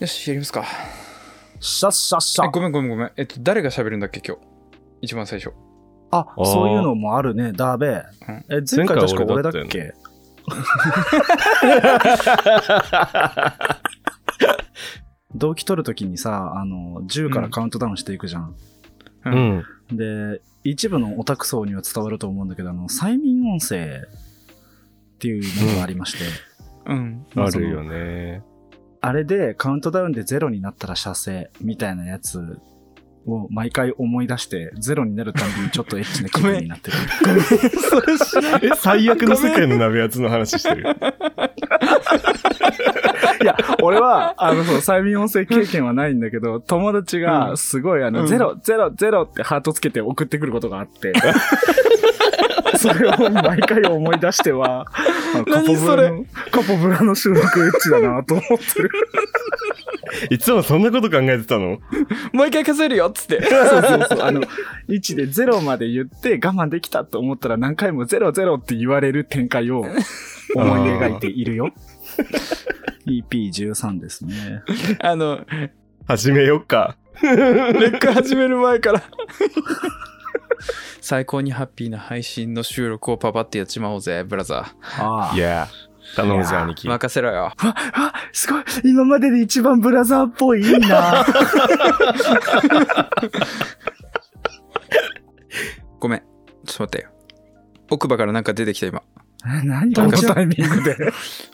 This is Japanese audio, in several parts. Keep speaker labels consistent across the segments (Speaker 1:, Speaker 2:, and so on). Speaker 1: よし、やりますか。
Speaker 2: シャッシャッシ
Speaker 1: え
Speaker 2: ャ
Speaker 1: ごめんごめんごめん。えっと、誰が喋るんだっけ、今日。一番最初。
Speaker 2: あ、
Speaker 3: ー
Speaker 2: そういうのもあるね。だべ。え、前回確か俺だっ
Speaker 3: 前回俺だった
Speaker 2: け動機取るときにさ、あの、10からカウントダウンしていくじゃん。
Speaker 1: う
Speaker 3: う。ん。
Speaker 2: で、一部のオタク層には伝わると思うんだけど、あの、催眠音声っていうものがありまして、
Speaker 1: うん。
Speaker 2: ま
Speaker 3: あ
Speaker 2: その
Speaker 3: るよね。
Speaker 2: あれでカウントダウンでゼロになったら射精みたいなやつを毎回思い出して、ゼロになるたびにちょっとエッチな気分になってる。
Speaker 3: それ知らえ、 最悪の世界の鍋やつの話してる。
Speaker 2: いや、俺は、あの、そう、催眠音声経験はないんだけど、友達
Speaker 1: う
Speaker 2: が、
Speaker 1: ん
Speaker 2: すごい、あ
Speaker 1: う
Speaker 2: の、
Speaker 1: ん
Speaker 2: ゼロ、ゼロ、ゼロってハートつけて送ってくることがあって、 それを毎回思い出しては、あのカポ
Speaker 1: 何
Speaker 2: ブ
Speaker 1: そ
Speaker 2: ラ
Speaker 1: れ
Speaker 2: の、カポブラの収録エッチだなと思っ てる。
Speaker 3: いつもそんなこと考えてたの
Speaker 1: 毎回数えるよっつ って。
Speaker 2: そうそうそう、あの、1でゼロまで言って我慢できたと思ったら何回もゼロゼロって言われる展 開を思い描いているよ。EP13 ですね。
Speaker 1: あの、
Speaker 3: 始めよっか。
Speaker 1: レック始める前から。最高にハッピーな配信の収録をパパってやっちまおうぜ、ブラザ
Speaker 2: あ
Speaker 3: いや、頼む
Speaker 2: い
Speaker 3: ぜ、
Speaker 2: や
Speaker 3: 兄貴
Speaker 1: ー。。任せろよ。
Speaker 2: あ、すごい今までで一番ブラザーっぽい、いいな
Speaker 1: ごめん。ちょっと待ってよ。奥歯からなんか出てきた今。
Speaker 2: 何
Speaker 1: こ
Speaker 2: こ
Speaker 1: の
Speaker 2: の
Speaker 1: タ
Speaker 2: タイミングで。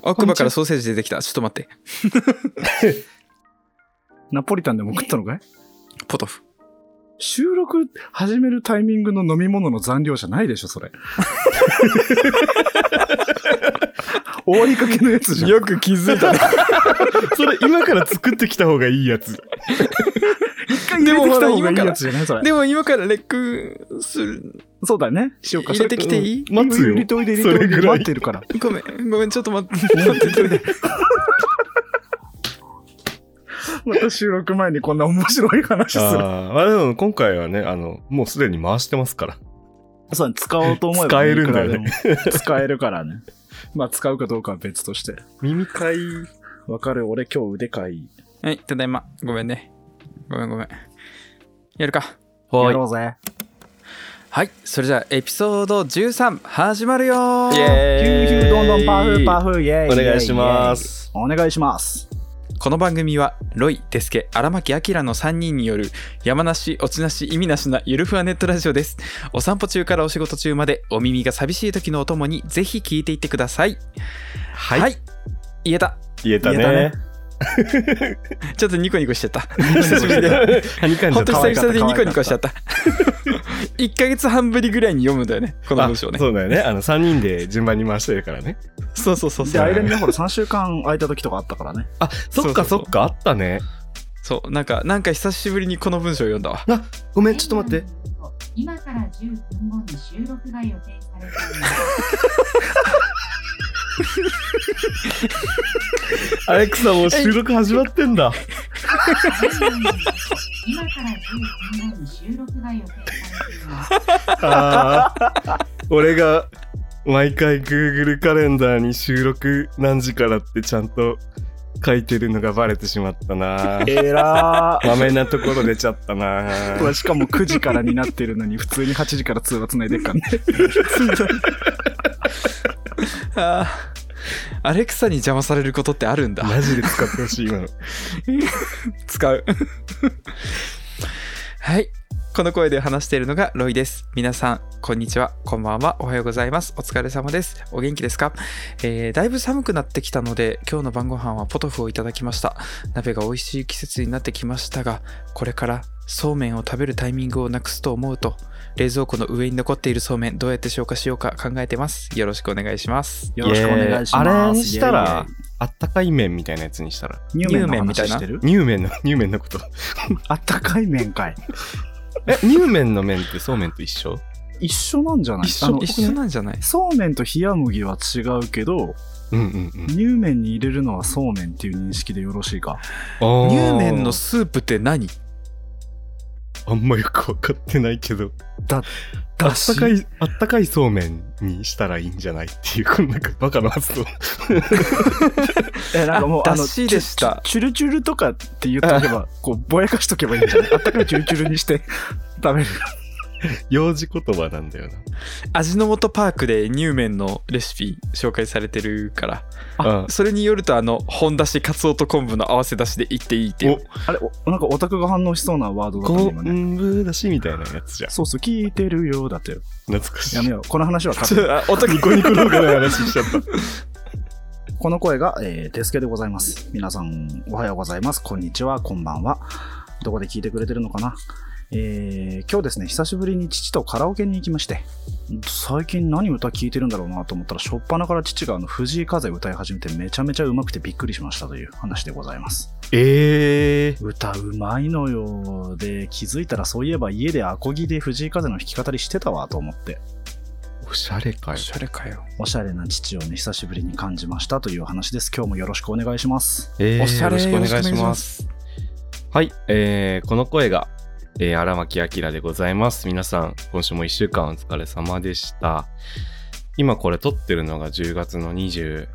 Speaker 1: 奥歯からソーセージ出てきた。ちょっと待って。
Speaker 2: ナポリタンでも食ったのかい
Speaker 1: ポト フ。
Speaker 2: 収録始めるタイミングの飲み物の残量じゃないでしょ、それ。終わりかけのやつじゃん。
Speaker 1: く気づいたね。
Speaker 3: それ今から作ってきた方がいいやつ。
Speaker 2: 一回入れてきた方がいいやつじゃないそ れ。
Speaker 1: でも今からレックする。
Speaker 2: そうだね。しようか。
Speaker 1: 入れてきていい
Speaker 3: 待つよ
Speaker 2: 入れておいで、入れておい
Speaker 3: それ
Speaker 2: で。
Speaker 3: ぐらい
Speaker 2: 待ってるから。
Speaker 1: ごめん。ごめん。ちょっと待って。待って てて
Speaker 2: また収録前にこんな面白い話す
Speaker 3: あ
Speaker 2: る。
Speaker 3: ーまあでも今回はね、あの、もうすでに回してますから。
Speaker 2: そう、使おうと思えば、
Speaker 3: 使えるんだよね
Speaker 2: いくらでも。使えるからね。まあ、使うかどうかは別として。
Speaker 3: 耳かい。
Speaker 2: わかる、俺今日腕かい。
Speaker 1: はい。ただいま。ごめんね。ごめんごめん。やるか。
Speaker 2: やろうぜ。
Speaker 1: はい。それじゃあエピソード13始まるよー
Speaker 3: イエーイ
Speaker 2: ヒューヒューどんどんパフパフ、イェイ。
Speaker 3: お願いします。
Speaker 2: イエイ。イエイお願いします。
Speaker 1: この番組はロイ、デスケ、荒牧、アキラの3人による山梨、落ちなし、意味なしなゆるふわネットラジオです。お散歩中からお仕事中までお耳が寂しい時のお供にぜひ聞いていってください。
Speaker 3: はい
Speaker 1: 言えた。
Speaker 3: 言えた
Speaker 2: 言え
Speaker 3: ね。
Speaker 1: ちょっとニコニコしちゃった。
Speaker 3: 久しぶり で。はにかんじゃ
Speaker 1: 本
Speaker 3: っ
Speaker 1: 当
Speaker 3: た。
Speaker 2: 可愛
Speaker 1: 久
Speaker 2: か
Speaker 1: 々
Speaker 2: った
Speaker 1: でニコニコしちゃった。1 ヶ月半ぶりぐらいに読むんだよね、この
Speaker 3: あ
Speaker 1: 文章ね。
Speaker 3: そうだよね。あの、3人で順番に回してるからね。
Speaker 1: そうそうそう
Speaker 2: で、
Speaker 1: そ
Speaker 2: アイ
Speaker 1: う。
Speaker 2: レンね、ほら、3週間空いた時とかあったからね。
Speaker 3: あ、そっか
Speaker 1: そ
Speaker 3: そ
Speaker 1: そうそ
Speaker 3: う
Speaker 1: う
Speaker 3: っか、あったね。
Speaker 1: そう、なんか、なんか久しぶりにこの文章を読んだわ。
Speaker 3: あ、ごめん、ちょっと待って。。
Speaker 4: 今から10分後に収録が予定されています。
Speaker 3: アレクサ、もう収録始まってんだ。
Speaker 4: 今から10分後に収録が予定されています。
Speaker 3: あー俺が毎回 Google カレンダーに収録何時からってちゃんと書いてるのがバレてしまったな
Speaker 2: えら
Speaker 3: まめなところ出ちゃった な
Speaker 2: ー。しかも9時からになってるのに、普通に8時から通話つないでっからね。
Speaker 1: あーアレクサに邪魔されることってあるんだ。
Speaker 3: マジで使ってほしい今の
Speaker 1: 使 うはいこの声で話しているのがロイです皆さんこんにちはこんばんはおはようございますお疲れ様ですお元気ですか、えーだいぶ寒くなってきたので今日の晩ご飯はポトフをいただきました鍋が美味しい季節になってきましたがこれからそうめんを食べるタイミングをなくすと思うと冷蔵庫の上に残っているそうめんどうやって消化しようか考えてますよろしくお願いします
Speaker 2: よろしくお願いします。
Speaker 3: イエーイあれにしたら
Speaker 2: イ
Speaker 3: あったかい麺みたいなやつにしたら
Speaker 2: エイイエイ、
Speaker 1: 乳
Speaker 2: 乳
Speaker 1: 麺
Speaker 2: 麺
Speaker 1: み
Speaker 2: み
Speaker 1: た
Speaker 2: た
Speaker 1: い
Speaker 2: い
Speaker 1: な
Speaker 2: な。
Speaker 3: 乳麺の 乳麺のこと
Speaker 2: あったかい麺かい。
Speaker 3: え乳麺の麺ってそうめんと一緒
Speaker 2: 一緒なんじゃない
Speaker 1: 一
Speaker 2: あ
Speaker 1: 緒
Speaker 2: の
Speaker 1: 一緒なんじゃない
Speaker 2: そうめんと冷麦は違うけど、
Speaker 3: うんうんうん
Speaker 2: 乳麺に入れるのはそうめんっていう認識でよろしいか。
Speaker 3: あー
Speaker 1: 乳麺のスープって何
Speaker 3: ああんまよくわかってないけど、あ
Speaker 2: だ
Speaker 3: っ
Speaker 2: した
Speaker 3: かい、あったかいそうめんにしたらいいんじゃないっていう、こんなんかバカな発想。
Speaker 2: えなんかもう
Speaker 1: あ
Speaker 2: あの
Speaker 1: だしでした
Speaker 2: チュチュチュルチュルとかって言っとけばこうぼやかしとけばいいんじ ゃないあったかいチュルチュルにして食べる
Speaker 3: 幼児言葉なんだよ
Speaker 1: 味の素パークで乳麺のレシピ紹介されてるから
Speaker 3: な。あ
Speaker 1: それによるとあの本だしかつおと昆布の合わせだしでいっていいっていう
Speaker 2: あれおなんかオタクが反応しそうなワードだったね今ね
Speaker 3: 昆布だしみたいなやつじゃん。
Speaker 2: そうそう聞いてるよだって
Speaker 3: 懐かしい。
Speaker 2: やめようこの話はカッ
Speaker 1: ちょっ
Speaker 2: ト
Speaker 1: とあおと
Speaker 3: ニコニコ動画の話しちゃった。
Speaker 2: この声が、えー、手助けでございます。皆さん、おはようございます。こんにちは、こんばんは。どこで聞いてくれてるのかなえー、今日ですね、久しぶりに父とカラオケに行きまして、最近何歌聴いてるんだろうなと思ったら、初っ端から父があの藤井風歌い始めてめちゃめちゃ上手くてびっくりしましたという話でございます。
Speaker 3: えー、
Speaker 2: 歌うまいのよ。で、気づいたらそういえば家でアコギで藤井風の弾き語りしてたわと思って、
Speaker 3: おしゃれかよ。
Speaker 1: しゃれかよ
Speaker 2: おしゃれな父をね、久しぶりに感じましたという話です。今日もよろしくお願いします。
Speaker 3: えー
Speaker 1: おしゃれ
Speaker 3: よろしくお願い
Speaker 1: よろしくお願い
Speaker 3: し
Speaker 1: し
Speaker 3: ま。
Speaker 1: ます
Speaker 3: はい、えーこの声が、えー荒牧明でございます。皆さん、今週も1週間お疲れ様でした。今これ撮ってるのが10月の24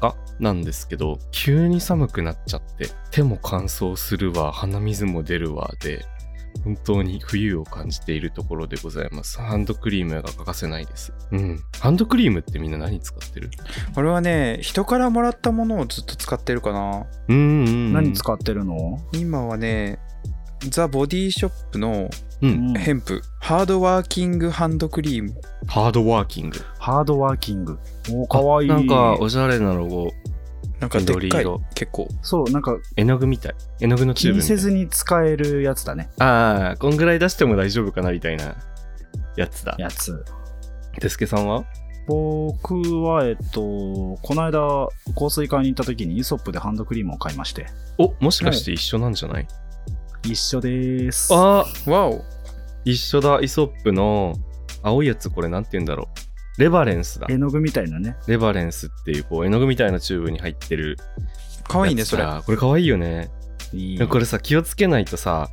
Speaker 3: 日なんですけど、急に寒くなっちゃって、手も乾燥するわ、鼻水も出るわで、本当に冬を感じているところでございます。ハンドクリームが欠かせないです。うん。ハンドクリームってみんな何使ってる
Speaker 1: 俺はね人からもらったものをずっと使ってるかな
Speaker 3: うーんうんうん。
Speaker 2: 何使ってるの
Speaker 1: 今はねザ・ボディショップの
Speaker 3: うん。
Speaker 2: うん
Speaker 1: ヘンプ、ハードワーキングハンドクリーム
Speaker 3: ハードワーキング。
Speaker 2: ハードワーキング。おーかわいい。
Speaker 3: なんかおしゃれなロゴ
Speaker 1: なんかでっかい
Speaker 3: 緑色
Speaker 1: 結構
Speaker 2: そう、なんか
Speaker 3: 絵の具みたい絵の具のチ
Speaker 2: 気
Speaker 3: ューブ
Speaker 2: に
Speaker 3: みた
Speaker 2: せ
Speaker 3: い
Speaker 2: ずに使えるやつだね。
Speaker 3: ああこんぐらい出しても大丈夫かなみたいなやつだ
Speaker 2: やつ。
Speaker 3: てすけさんは
Speaker 2: 僕は、えっと、この間、香水買いに行った時にイソップでハンドクリームを買いまして。
Speaker 3: おもしかして一緒なんじゃない、
Speaker 2: 一緒でーす。
Speaker 3: あー
Speaker 1: わお
Speaker 3: 一緒だイソップの青いやつこれなんて言うんだろうレバレンスだ
Speaker 2: 絵の具みたいなね。
Speaker 3: レバレンスっていうこう絵の具みたいなチューブに入ってる
Speaker 1: かわいいね
Speaker 3: やつ
Speaker 1: それ
Speaker 3: だこれかわいいよね
Speaker 2: いい
Speaker 3: これさ気をつけないとさ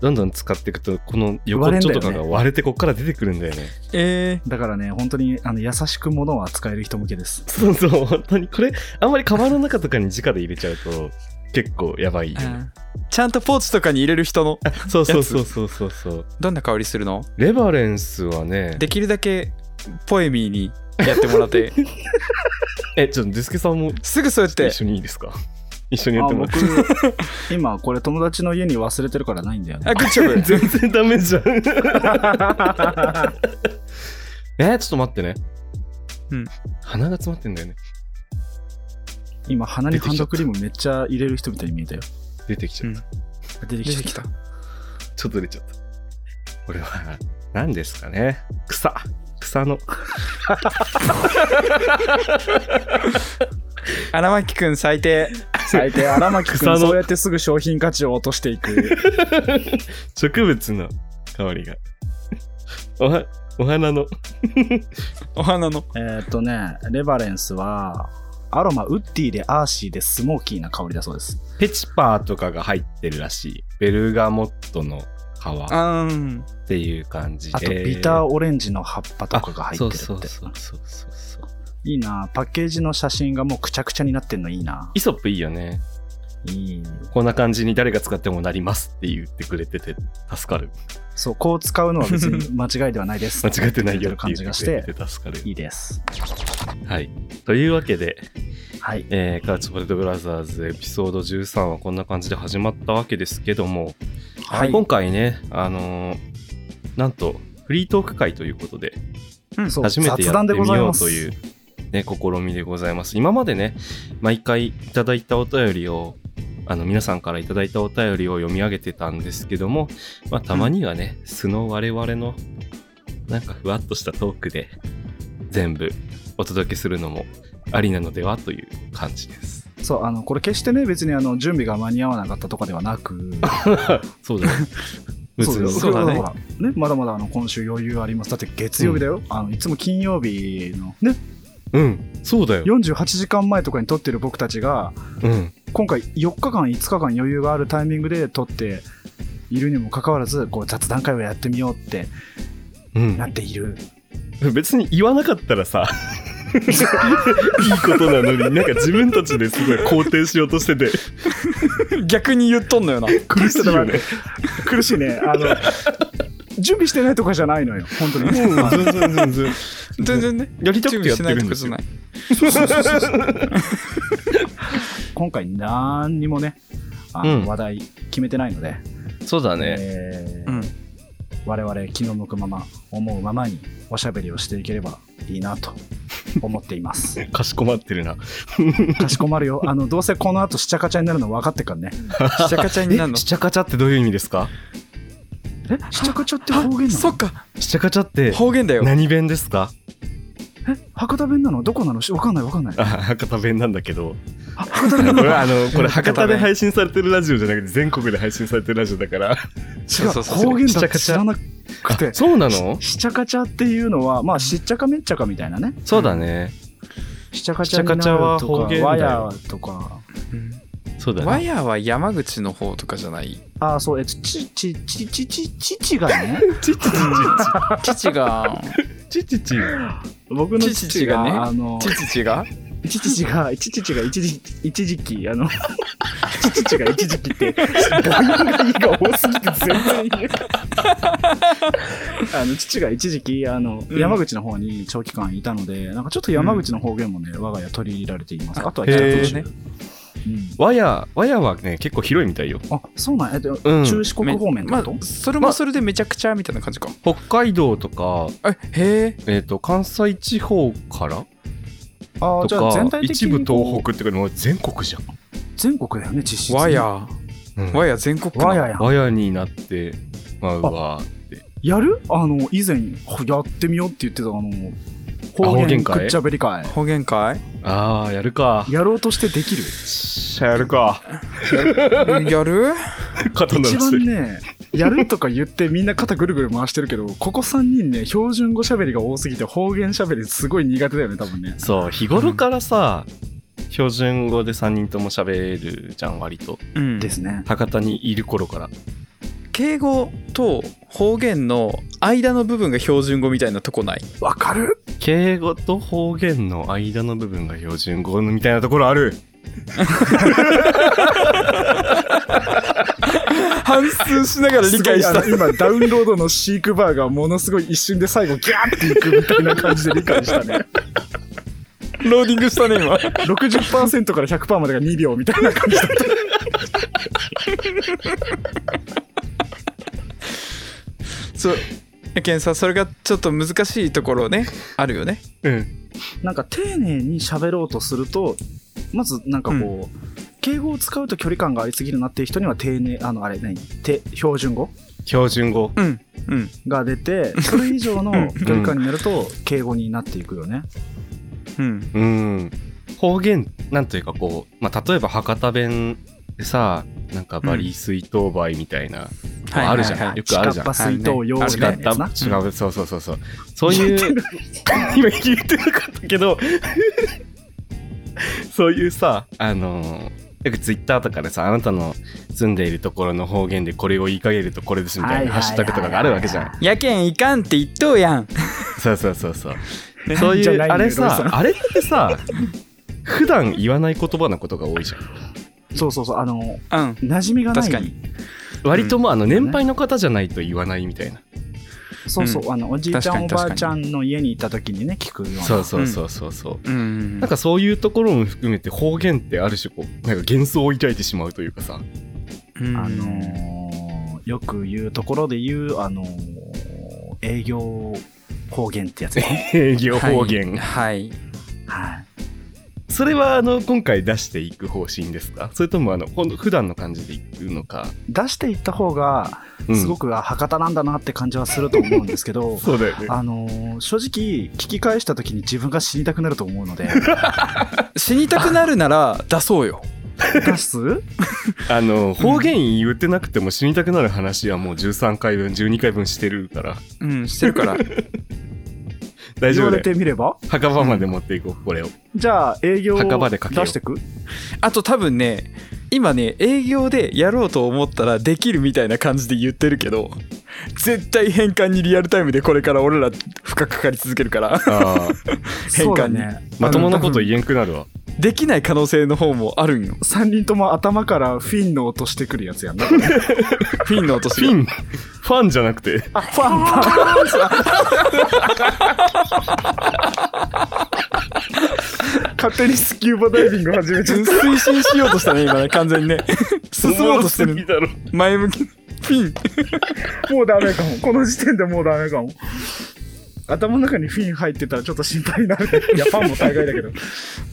Speaker 3: どんどん使っていくとこの横っちょとかが割れてこっから出てくるんだよね
Speaker 1: え
Speaker 2: だからね、本当にあの優しく物を扱える人向けです。
Speaker 3: そうそう、本当に。これ、あんまりカバンの中とかに直で入れちゃうと、結構やばいよ
Speaker 1: ー
Speaker 3: ね。
Speaker 1: ちゃんとポーチとかに入れる人の
Speaker 3: そうそうそうそうそうそう。
Speaker 1: どんな香りするの
Speaker 3: レバレンスはね、
Speaker 1: できるだけポエミーにやってもらって
Speaker 3: え、ちょっとデスケさんも
Speaker 1: すぐそうやって
Speaker 3: 一緒にいいですか一緒にや
Speaker 2: あ
Speaker 3: ってもら
Speaker 2: 僕、今これ友達の家に忘れてるからないんだよ ね
Speaker 1: あ。グッチョ
Speaker 3: って。
Speaker 1: ブ
Speaker 3: 全然ダメじゃ ん。え、ちょっと待ってね。
Speaker 1: うん。
Speaker 3: 鼻が詰まってんだよね。
Speaker 2: 今鼻にハンドクリームめっちゃ入れる人みたいに見えたよ。
Speaker 3: 出てきちゃった。
Speaker 2: 出て
Speaker 1: 出
Speaker 2: き
Speaker 1: て
Speaker 2: ちゃ
Speaker 1: き
Speaker 2: ったた。
Speaker 3: ちょっと出ちゃった。これは、何ですかね。草。草の。
Speaker 1: 荒牧くん最低
Speaker 2: 最低荒牧
Speaker 3: 草の
Speaker 2: 君そうやってすぐ商品価値を落としてい く
Speaker 3: 植物の香りが。 おは、お花の。
Speaker 1: お花の
Speaker 2: えーっとねレバレンスはアロマウッディでアーシーでスモーキーな香りだそうです
Speaker 3: ペチパーとかが入ってるらしい。ベルガモットの皮っ
Speaker 1: あーん
Speaker 3: ていう感じで。
Speaker 2: あとビター
Speaker 3: ー
Speaker 2: オレンジの葉っぱとかが入ってるって
Speaker 3: そうそうそうそうそう。
Speaker 2: いいなパッケージの写真がもうくちゃくちゃになってんのいいな
Speaker 3: イソップいいよね。
Speaker 2: いい
Speaker 3: こんな感じに誰が使ってもなりますって言ってくれてて助かる。
Speaker 2: そうこう使うのは別 に間違いではないです
Speaker 3: 間違ってないよって
Speaker 2: 感
Speaker 3: 言っ
Speaker 2: じ
Speaker 3: て
Speaker 2: がし
Speaker 3: くれ
Speaker 2: て
Speaker 3: てて助かる。
Speaker 2: いいです
Speaker 3: はい。というわけで、
Speaker 2: はい
Speaker 3: えー、カーチポテトブラザーズエピソード13はこんな感じで始まったわけですけども、
Speaker 2: はい
Speaker 3: 今回ね、あのーなんとフリートーク会ということで、
Speaker 1: うん
Speaker 2: そう
Speaker 3: 初めて
Speaker 2: 雑
Speaker 3: やっ
Speaker 2: 談
Speaker 3: て
Speaker 2: でご
Speaker 3: み
Speaker 2: ざい
Speaker 3: よ
Speaker 2: ま
Speaker 3: う
Speaker 2: す
Speaker 3: という、ね、試みでございます。今までね、毎回いただいたお便りを、あの皆さんからいただいたお便りを読み上げてたんですけども、まあ、たまにはね、素の我々のなんかふわっとしたトークで全部お届けするのもありなのではという感じです。
Speaker 2: そうあのこれ決してね別にあの準備が間に合わなかったとかではなく
Speaker 3: そう だね。別
Speaker 2: そう
Speaker 3: に
Speaker 1: そうだね
Speaker 2: だからねまだまだあの今週余裕ありますだって月曜日だよ、あのいつも金曜日の、ね、
Speaker 3: うん、そうだよ。
Speaker 2: 48時間前とかに撮ってる僕たちが
Speaker 3: うん、
Speaker 2: 今回4日間5日間余裕があるタイミングで撮っているにもかかわらずこう雑談会をやってみようって
Speaker 3: うん
Speaker 2: なっている
Speaker 3: 別に言わなかったらさいいことなのになんか自分たちですごい肯定しようとしてて
Speaker 1: 逆に言っとんのよな。
Speaker 3: 苦しいよね
Speaker 2: 苦しいねあの準備してないとかじゃないのよ本当に
Speaker 3: うん全然全然
Speaker 1: 全然ね。
Speaker 3: やりたくてやってるん
Speaker 1: 準備し
Speaker 3: です
Speaker 1: ない
Speaker 3: よ
Speaker 1: とこ
Speaker 2: 今回何にもねあの、
Speaker 3: うん
Speaker 2: 話題決めてないので、
Speaker 3: そうだね、
Speaker 2: え
Speaker 1: と
Speaker 2: ー
Speaker 1: ない。
Speaker 2: 我々気の向くまま思うままにおしゃべりをしていければいいなと思っています
Speaker 3: かしこまってるな
Speaker 2: かしこまるよあのどうせこの後しちゃかちゃになるの分かってっからね
Speaker 1: うん。しちゃかちゃになるの。
Speaker 3: ちゃかちゃってどういう意味ですか
Speaker 2: えしちゃかちゃって方言なの
Speaker 1: そっか、
Speaker 3: しちゃかちゃって
Speaker 1: 方言だ よ。
Speaker 3: 何弁ですか
Speaker 2: え博多弁なのどこなのしわかんないわかんない
Speaker 3: あ博多弁なんだけど
Speaker 2: あ博多弁なの
Speaker 3: 俺あのこれ博多
Speaker 1: 博多
Speaker 3: で
Speaker 1: 弁
Speaker 3: 配信されてるラジオじゃなくて全国で配信されてるラジオだから
Speaker 2: 違う
Speaker 1: そうそうそう
Speaker 2: 方言だ
Speaker 3: しち
Speaker 2: っ
Speaker 3: ゃ
Speaker 2: て
Speaker 3: か
Speaker 2: 知
Speaker 3: ちゃ
Speaker 2: らなくて
Speaker 3: そうな
Speaker 2: ししちゃかちゃっていうのはまあしっちゃかめっちゃかみたいなね
Speaker 3: そうだね
Speaker 2: しちゃかちゃになると
Speaker 3: しちゃかちゃは
Speaker 2: か
Speaker 3: 方言だよ
Speaker 2: わやとか
Speaker 1: うん
Speaker 3: そうだ
Speaker 1: ワ
Speaker 3: ね
Speaker 1: イヤーは山口の方とかじゃない。
Speaker 2: ああそうえちちちちちち父がね
Speaker 3: ちちち
Speaker 1: 父が、
Speaker 3: ちちちち
Speaker 2: 僕の父
Speaker 1: 父
Speaker 2: が
Speaker 1: がね
Speaker 2: あの
Speaker 1: 父が
Speaker 2: 父が父が一時一時期あの父が一時期って母音が「い」が多すぎて全然言えないあの父が一時期あの、
Speaker 1: うん
Speaker 2: 山口の方に長期間いたのでなんかちょっと山口の方言もね、我が家取り入れられていますあとは
Speaker 3: へ
Speaker 2: 北
Speaker 3: ー
Speaker 2: 九州、ね
Speaker 3: 和屋和屋はね結構広いみたいよ
Speaker 2: あそうなんやえっと、
Speaker 3: うん
Speaker 2: 中四国方面って
Speaker 1: ま
Speaker 2: こ
Speaker 1: あ
Speaker 2: と、、
Speaker 1: それもそれでめちゃくちゃみたいな感じか。
Speaker 3: 北海道とか
Speaker 1: え、へえ。
Speaker 3: えっ、と関西地方から
Speaker 2: あー
Speaker 3: と
Speaker 2: じゃあ全
Speaker 3: か
Speaker 2: 体的
Speaker 3: 一
Speaker 2: に
Speaker 3: 部
Speaker 2: こう
Speaker 3: 東北ってかもう全国じゃ
Speaker 2: 全国だよね実質
Speaker 1: ワイヤー。
Speaker 3: ん、うん、
Speaker 1: ワイヤー全国区なの
Speaker 2: わややん
Speaker 3: 和屋になってまあうわって
Speaker 2: やるあの以前ほやってみようって言ってたあの
Speaker 3: あ
Speaker 2: 方
Speaker 3: 方
Speaker 2: 言
Speaker 3: 言会
Speaker 2: くっちゃべり会
Speaker 1: 方言かい
Speaker 3: あーやるか
Speaker 2: やろうとしてできる
Speaker 3: しゃやる か
Speaker 1: やる
Speaker 3: 肩
Speaker 2: 一
Speaker 3: 鳴らして
Speaker 2: 番
Speaker 3: る
Speaker 2: ねやるとか言ってみんな肩ぐるぐる回してるけどここ3人ね標準語しゃべりが多すぎて方言しゃべりすごい苦手だよね多分ね
Speaker 3: そう日頃からさ、標準語で3人とも喋るじゃん割と
Speaker 1: うん
Speaker 2: ですね
Speaker 3: 博多にいる頃から
Speaker 1: 敬語と方言の間の部分が標準語みたいなとこない
Speaker 2: わかる
Speaker 3: 敬語と方言の間の部分が標準語みたいなところある
Speaker 1: 反数しながら理解した
Speaker 2: すごいあの今ダウンロードのシークバーがものすごい一瞬で最後ギャーっていくみたいな感じで理解したね
Speaker 1: ローディングしたね今
Speaker 2: 60%から100%までが2秒みたいな感じだった
Speaker 1: そうやけんさそれがちょっと難しいところねあるよね
Speaker 3: うん
Speaker 2: なんか丁寧に喋ろうとするとまずなんかこう、敬語を使うと距離感がありすぎるなっていう人には丁寧あのあれ何て標準語
Speaker 3: 標準語
Speaker 1: うんうん
Speaker 2: が出てそれ以上の
Speaker 1: うん
Speaker 2: 距離感になると敬語になっていくよね。
Speaker 1: うん
Speaker 3: うん方言なんというかこう、まあ、例えば博多弁でさなんかバリ水筒梅みたいな、
Speaker 1: はい
Speaker 3: あるじゃん、
Speaker 1: はいはい
Speaker 3: よくあるじゃん
Speaker 2: 近っ端水筒用
Speaker 1: あ
Speaker 2: み
Speaker 1: る
Speaker 2: た
Speaker 1: ね
Speaker 2: いなやつな。
Speaker 3: 違う、そうそうそうそうそういう 今聞いてなかったけ どそういうさあのーよくツイッターとかでさあなたの住んでいるところの方言でこれを言いかけるとこれですみたいなハッシュタグとかがあるわけじゃん
Speaker 1: やけんいかんって言っとうやん
Speaker 3: そうそうそうそうそう
Speaker 2: じゃ
Speaker 3: い
Speaker 2: ないうのよ
Speaker 3: あれ
Speaker 2: ロイさ
Speaker 3: さ
Speaker 2: ん
Speaker 3: あれってさ普段言わない言葉のことが多いじゃん
Speaker 2: そうそうそうあの
Speaker 1: うん
Speaker 2: 馴染みがな
Speaker 1: 確
Speaker 2: い。
Speaker 1: かに
Speaker 3: 割ともうあの年配の方じゃないと言わないみたいな、
Speaker 2: そうそう、あのおじいちゃんお
Speaker 1: 確かに
Speaker 2: ばあちゃんの家にいた時にね聞くような。
Speaker 3: そうそうそうそうそ
Speaker 1: う
Speaker 3: う、
Speaker 1: ん
Speaker 3: なんかそういうところも含めて方言ってある種こうなんか幻想を抱いてしまうというかさ
Speaker 1: うん
Speaker 2: あのーよく言うところで言うあのー営業方言ってやつ、ね。
Speaker 3: 営業方
Speaker 1: はい、
Speaker 3: 言、
Speaker 1: はい
Speaker 2: はい。
Speaker 3: それはあの今回出していく方針ですかそれともあのほん普段の感じでいくのか、
Speaker 2: 出していった方がすご
Speaker 3: く
Speaker 2: くあ博多なんだなって感じはすると思うんですけど。
Speaker 3: そうだよね
Speaker 2: あのー正直聞き返した時に自分が死にたくなると思うので
Speaker 1: 死にたくなるなら出そうよ
Speaker 2: 出す
Speaker 3: あの方言言ってなくても死にたくなる話はもう13回分12回分してるから
Speaker 1: うんしてるから
Speaker 2: 言
Speaker 3: 大丈
Speaker 2: わ
Speaker 3: 夫
Speaker 2: れ
Speaker 3: だ
Speaker 2: て
Speaker 3: よ
Speaker 2: みれば
Speaker 3: 墓場まで持っていこう、これを。
Speaker 2: じゃあ営業を
Speaker 3: 墓場
Speaker 2: 出
Speaker 3: でかけよう
Speaker 2: してく
Speaker 1: あと多分ね今ね営業でやろうと思ったらできるみたいな感じで言ってるけど絶対変換にリアルタイムでこれから俺ら負荷かかり続けるから
Speaker 3: ああ、
Speaker 1: 変換に
Speaker 2: そうだね
Speaker 3: まともなこと言えんくなるわ。
Speaker 1: できない可能性の方もあるんよ
Speaker 2: 3人とも頭からフィンの音してくるやつやんな
Speaker 1: フィンの落とし
Speaker 3: フィン、ファンじゃなくて、
Speaker 2: あファンファン 勝手にスキューバダイビング始めちゃう
Speaker 1: 推進しようとしたね今ね完全に ね進もうとして
Speaker 3: おもろすぎ
Speaker 1: る
Speaker 3: だろ。
Speaker 1: 前向きフィン
Speaker 2: もうダメかもこの時点でもうダメかも頭の中にフィン入ってたらちょっと心配になるいやファンも大概だけど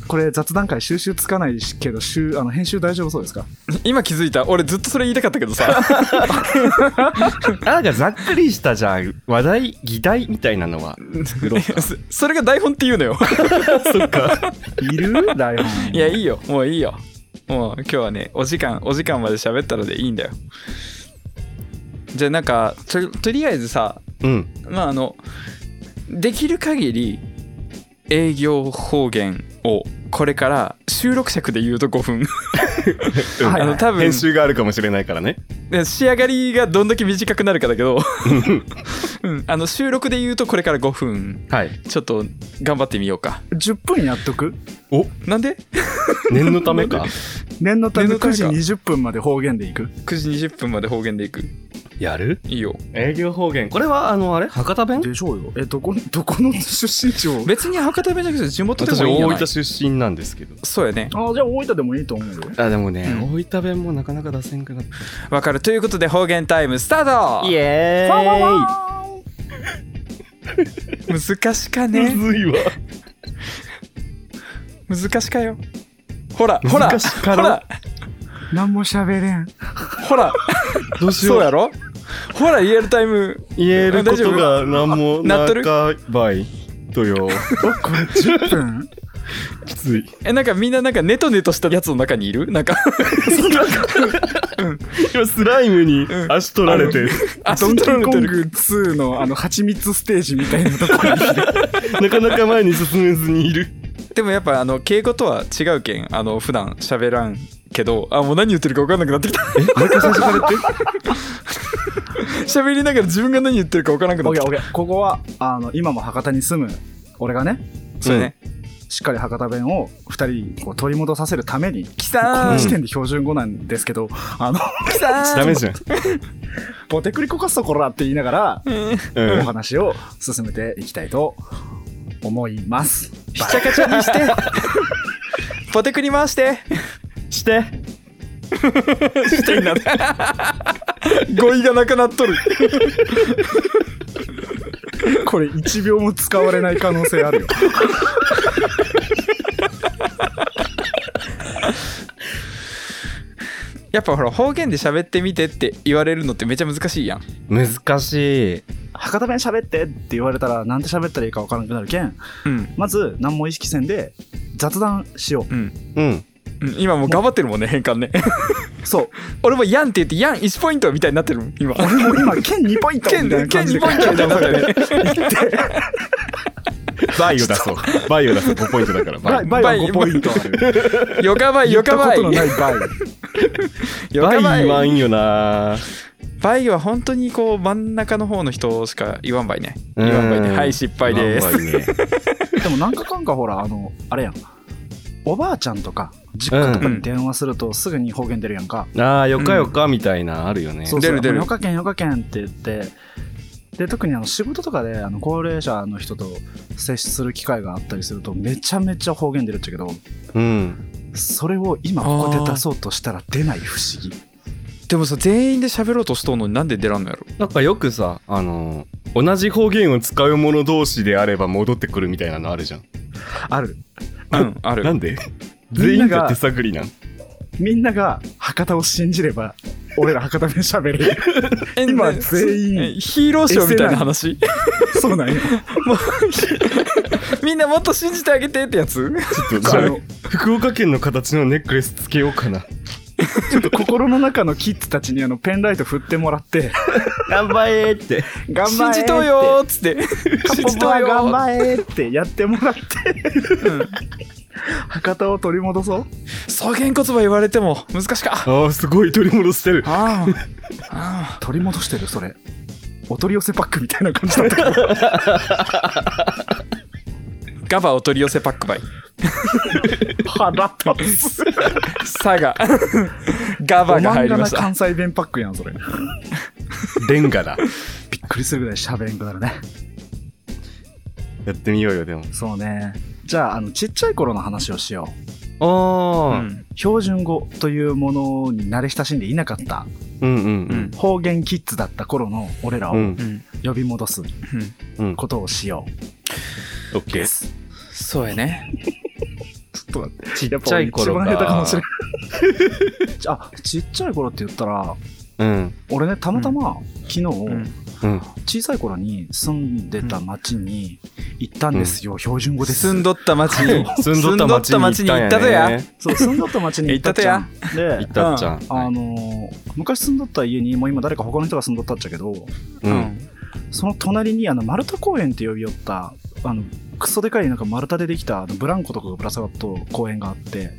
Speaker 2: これ雑談会収集つかないしけど収あの編集大丈夫そうですか
Speaker 1: 今気づいた俺ずっとそれ言いたかったけど さ
Speaker 3: なんかざっくりしたじゃん、話題、議題みたいなのは作 ろうか。
Speaker 1: そそれが台本って言うのよ
Speaker 3: そっか。
Speaker 2: いるだよ
Speaker 1: いやいいよもういいよもう今日はねお時間お時間まで喋ったのでいいんだよじゃあなんかととりあえずさ
Speaker 3: うん。
Speaker 1: まああのできる限り営業方言をこれから収録尺で言うと5分
Speaker 3: うん
Speaker 2: はい
Speaker 1: あの多分
Speaker 3: 編集があるかもしれないからね。
Speaker 1: で仕上がりがどんだけ短くなるかだけど、うん、あの収録で言うとこれから5分
Speaker 3: はい。
Speaker 1: ちょっと頑張ってみようか
Speaker 2: 10分やっとく
Speaker 3: お
Speaker 1: なんで
Speaker 3: 念のためか。
Speaker 2: 念のため
Speaker 1: 念のた
Speaker 2: 9
Speaker 1: め
Speaker 2: 時
Speaker 1: か
Speaker 2: 20分まで方言でいく
Speaker 1: ?9 時20分まで方言でいく
Speaker 3: やる
Speaker 1: いいよ
Speaker 3: 営業方言。これは、あの、あれ博多弁
Speaker 2: でしょうよえどこどこの出身地を
Speaker 1: 別に博多弁じゃなくて地元で
Speaker 3: 私、
Speaker 1: もいいんじゃな
Speaker 3: 大
Speaker 1: い
Speaker 3: 分出身なんですけど。
Speaker 1: そうやね
Speaker 2: あじゃあ大分でもいいと思うよ
Speaker 3: あ、でもね
Speaker 1: う
Speaker 3: 大分弁もなかなか出せんくなっ
Speaker 1: わかるということで方言タイムスタート
Speaker 3: エ
Speaker 1: 難しか
Speaker 3: ーイ
Speaker 1: ね
Speaker 3: むずいわ。
Speaker 1: 難しかよほらほら
Speaker 3: 難しか
Speaker 1: ほ
Speaker 3: ろ
Speaker 1: ら
Speaker 2: 何も喋れん
Speaker 1: ほら
Speaker 3: どうしよ
Speaker 1: そう
Speaker 3: う。
Speaker 1: やろほらリアルタイム
Speaker 3: 言えることが何も
Speaker 1: なっとる
Speaker 3: かばいとよ。
Speaker 2: これ10分
Speaker 3: きつい。
Speaker 1: えなんかみんななんかネトネトしたやつの中にいるなんか
Speaker 3: 今、スライムに
Speaker 1: うん
Speaker 3: 足取られて、
Speaker 1: あ
Speaker 2: ドンキーコング
Speaker 1: る
Speaker 2: 2のあの蜂蜜ステージみたいなところに
Speaker 3: なかなか前に進めずにいる。
Speaker 1: でもやっぱあの敬語とは違うけんあの普段喋らんけどあもう何言ってるか分かんなくなってきた
Speaker 3: え、もう一回最初から言っ
Speaker 1: 喋りながら自分が何言ってるか分からなくな
Speaker 2: オ
Speaker 1: っ
Speaker 2: ッ
Speaker 1: て
Speaker 2: ケ
Speaker 1: き
Speaker 2: ー
Speaker 1: た
Speaker 2: オッケーここはあの今も博多に住む俺がね
Speaker 1: そうやね、
Speaker 2: しっかり博多弁を2人こう取り戻させるために
Speaker 1: き
Speaker 2: こ
Speaker 1: さ
Speaker 2: の
Speaker 1: ー
Speaker 2: 時
Speaker 1: ん
Speaker 2: 点で標準語なんですけどあの
Speaker 1: きさーん
Speaker 3: ダメじゃん。
Speaker 2: ボテクリこかすところだって言いながら
Speaker 3: う
Speaker 2: お
Speaker 3: ん。
Speaker 2: 話を進めていきたいと思います
Speaker 1: ひっちゃかちゃにしてポテクリ回して
Speaker 3: して。
Speaker 1: してになる語彙がなくなっとる
Speaker 2: これ1秒も使われない可能性あるよ
Speaker 1: やっぱほら方言で喋ってみてって言われるのってめちゃ難しいやん
Speaker 3: 難しい。
Speaker 2: 博多弁喋ってって言われたらなんて喋ったらいいか分からなくなるけん
Speaker 1: うん、
Speaker 2: まず何も意識せんで雑談しよ
Speaker 1: うん、
Speaker 3: うん。
Speaker 1: うん今もう頑張ってるもんね変換ね
Speaker 2: うそう
Speaker 1: 俺も「やん」って言って「やん1ポイント」みたいになってるもん今
Speaker 2: 俺 も 今剣2ポイント
Speaker 1: 剣
Speaker 2: みたいな
Speaker 1: 剣
Speaker 2: 感
Speaker 1: 2
Speaker 2: じで
Speaker 1: ポイントみたいになったよね
Speaker 3: バイを出そう。 バイを出そう。5ポイントだから。
Speaker 2: バ
Speaker 3: バ
Speaker 2: イ
Speaker 3: イ。
Speaker 2: バイは5ポイントある
Speaker 1: よかばい
Speaker 2: 言
Speaker 1: よ
Speaker 2: った
Speaker 1: か
Speaker 2: こ
Speaker 1: ばい
Speaker 2: とのないバイ
Speaker 1: よかばい
Speaker 3: はいんよな。
Speaker 1: バイは本当にこう真ん中の方の人しか言わんばいね
Speaker 3: うん
Speaker 1: 言わんばいねはい失敗で
Speaker 3: ワ
Speaker 1: す
Speaker 3: ンバイね
Speaker 2: でもなんかかんかほらあのあれやんおばあちゃんとか実家とかに電話するとすぐに方言出るやんか、
Speaker 3: ああ、よかよかみたいな、あるよね。
Speaker 2: そうそ
Speaker 1: 出
Speaker 2: う
Speaker 1: る出る
Speaker 2: よかけんよかけんって言ってで特にあの仕事とかであの高齢者の人と接する機会があったりするとめちゃめちゃ方言出るっちゃけど
Speaker 3: うん。
Speaker 2: それを今ここで出そうとしたら出ない不思議
Speaker 1: でもさ全員で喋ろうとしとんのになんで出らんのやろ
Speaker 3: なんかよくさ、あのー、同じ方言を使う者同士であれば戻ってくるみたいなのあるじゃん。
Speaker 2: ある
Speaker 1: うんあ
Speaker 3: な
Speaker 1: る
Speaker 3: んで
Speaker 2: み
Speaker 3: 全
Speaker 2: んなが
Speaker 3: 員が手探りなん
Speaker 2: みんなが博多を信じれば俺ら博多弁喋れる
Speaker 1: え
Speaker 2: 今
Speaker 1: ね
Speaker 2: 全員
Speaker 1: えヒーローショーみたいな話
Speaker 2: そうなんや
Speaker 1: もうみんなもっと信じてあげてってやつ
Speaker 3: ちょっと
Speaker 2: あ
Speaker 3: じゃあ
Speaker 2: の
Speaker 3: 福岡県の形のネックレスつけようかな。
Speaker 2: ちょっと心の中のキッズたちにあのペンライト振ってもらって、
Speaker 3: 頑張れーって。
Speaker 2: 頑張
Speaker 1: 信
Speaker 2: れー
Speaker 1: じとうよーっつって
Speaker 2: って、カ
Speaker 1: 信
Speaker 2: ポ
Speaker 1: じと
Speaker 2: ポ
Speaker 1: う
Speaker 2: は
Speaker 1: よ
Speaker 2: 頑
Speaker 1: ー
Speaker 2: 張れーってやってもら って、
Speaker 1: うん
Speaker 2: 博多を取り戻そう。
Speaker 1: 草原言葉言われても難しか
Speaker 3: ああ、すごい取り戻してる。
Speaker 1: あーあ
Speaker 2: 取り戻してるそれ。お取り寄せパックみたいな感じだったけど。
Speaker 1: ーガバお取り寄せパックバイ
Speaker 2: 腹立つ。
Speaker 1: 佐賀ガ
Speaker 2: お
Speaker 1: バが
Speaker 2: 漫
Speaker 1: 入
Speaker 2: 画
Speaker 1: りま
Speaker 2: な
Speaker 1: した
Speaker 2: 関西弁パックやん、それ。びっ
Speaker 3: レンガだ。
Speaker 2: くりするぐらい喋れんくなるね。
Speaker 3: やってみようよ、でも。
Speaker 2: そうね。じゃあ、あの、ちっちゃい頃の話をしよう。
Speaker 1: う
Speaker 3: ああ、
Speaker 1: ん
Speaker 2: 標準語というものに慣れ親しんでいなかった
Speaker 3: うん、うん
Speaker 2: 方言キッズだった頃の俺ら
Speaker 3: うん。う
Speaker 2: を
Speaker 3: ん
Speaker 1: う、ん
Speaker 2: 呼び戻す
Speaker 1: うん
Speaker 3: うん。
Speaker 2: ことをしよ
Speaker 3: オッ
Speaker 2: う
Speaker 3: ケ
Speaker 2: で
Speaker 3: ー。
Speaker 2: す。
Speaker 1: そうやね
Speaker 2: ちょっと待って。
Speaker 3: ちっちゃい頃
Speaker 2: やっ
Speaker 3: か。
Speaker 2: ぱ俺一番下手かもしれない。あ、ちっちゃい頃って言ったら、
Speaker 3: うん。
Speaker 2: 俺ね、たまたま昨日、
Speaker 1: うん
Speaker 3: うん。
Speaker 2: 小さい頃に住んでた町に行ったんですよ、標準語です。
Speaker 1: 住んどった町に
Speaker 3: 住んどった町に行ったん
Speaker 1: と
Speaker 3: や
Speaker 1: や
Speaker 3: ね。
Speaker 2: そう、住んどった町に行ったじゃん。
Speaker 3: 行
Speaker 2: で
Speaker 3: っ、たっちゃん。
Speaker 2: あのー昔住んどった家に、もう今誰か他の人が住んどったっちゃけど、
Speaker 3: う。
Speaker 1: うんん
Speaker 2: その隣にあの丸太公園って呼び寄ったあのクソでかいなんか丸太でできたあのブランコとかがぶら下がった公園があって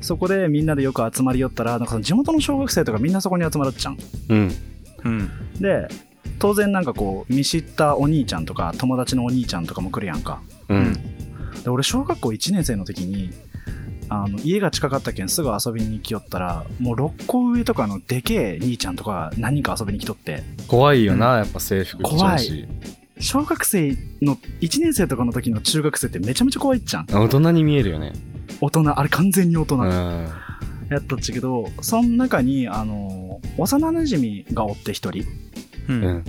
Speaker 2: そこでみんなでよく集まり寄ったらなんかその地元の小学生とかみんなそこに集まるっちゃん
Speaker 3: うん。
Speaker 1: うん
Speaker 2: で当然なんかこう見知ったお兄ちゃんとか友達のお兄ちゃんとかも来るやんか
Speaker 3: うん。
Speaker 2: で俺小学校1年生の時にあの家が近かったけんすぐ遊びに行きよったらもう6個上とかのでけえ兄ちゃんとかが何人か遊びに来とって
Speaker 3: 怖いよな、やっぱ制服着ちゃうし。
Speaker 2: 小学生の1年生とかの時の中学生ってめちゃめちゃ怖いっちゃん
Speaker 3: 大人に見えるよね。
Speaker 2: 大人あれ完全に大人
Speaker 3: うん。
Speaker 2: や
Speaker 3: あ
Speaker 2: ったっちゃけど、その中にあの幼なじみがおって一人
Speaker 1: う
Speaker 3: うんん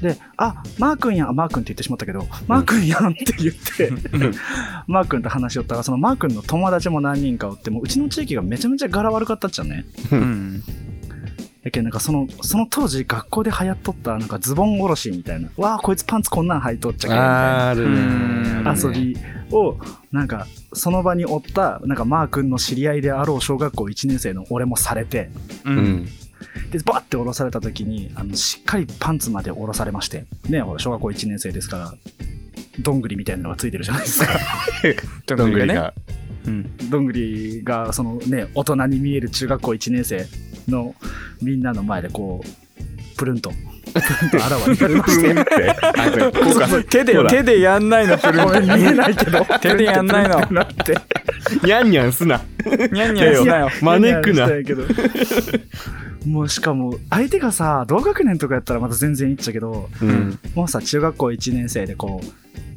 Speaker 2: で「あマー君やんマー君」って言ってしまったけど「マー君やん」って言って、
Speaker 3: うん
Speaker 2: マー君と話しよったらそのマー君の友達も何人かおってもううちの地域がめちゃめちゃ柄悪かったっちゃね
Speaker 1: うん
Speaker 2: だけどなんかそのその当時学校で流行っとったなんかズボンおろしみたいな「わあこいつパンツこんなん履いとっちゃけ」みたいな
Speaker 3: あるね
Speaker 1: うん
Speaker 3: ある
Speaker 2: 遊
Speaker 3: ね。
Speaker 2: びをなんかその場におったなんかマー君の知り合いであろう小学校1年生の俺もされて
Speaker 1: う
Speaker 3: うんん。
Speaker 2: でバッて下ろされた時にあのしっかりパンツまで下ろされましてねほら小学校1年生ですからどんぐりみたいなのがついてるじゃないですか
Speaker 3: どんぐり
Speaker 1: ね
Speaker 3: が。
Speaker 1: うん
Speaker 2: どんぐりがそのね大人に見える中学校1年生のみんなの前でこうプルンとプルンとあらわになりま して
Speaker 3: 効果
Speaker 1: 手
Speaker 3: ほ
Speaker 1: で
Speaker 3: ら
Speaker 1: 手でやんないのプルン
Speaker 2: ごめん 見えないけど
Speaker 1: 手でやんないの
Speaker 2: プルンってなって
Speaker 3: にゃんにゃんすな。
Speaker 1: ニャンニャンしなよ
Speaker 3: 招くな。
Speaker 2: もうしかも相手がさ同学年とかやったらまた全然いいっちゃけど
Speaker 3: うん。
Speaker 2: もうさ中学校1年生でこう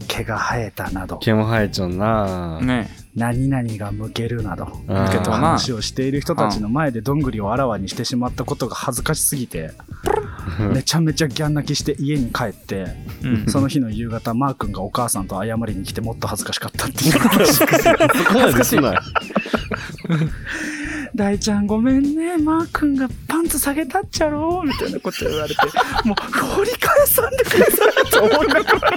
Speaker 2: 毛が生えたなど
Speaker 3: 毛も生えちゃうな。
Speaker 1: ね
Speaker 2: 何々が向けるなど
Speaker 3: うん
Speaker 1: 抜けたな
Speaker 2: 話をしている人たちの前でどんぐりをあらわにしてしまったことが恥ずかしすぎてめちゃめちゃギャン泣きして家に帰って
Speaker 1: うん
Speaker 2: その日の夕方マー君がお母さんと謝りに来てもっと恥ずかしかったっていう話
Speaker 3: 恥ずかしいな。
Speaker 2: 大ちゃんごめんねマー君がパンツ下げたっちゃろみたいなこと言われてもう掘り返さんでくださいと思いながら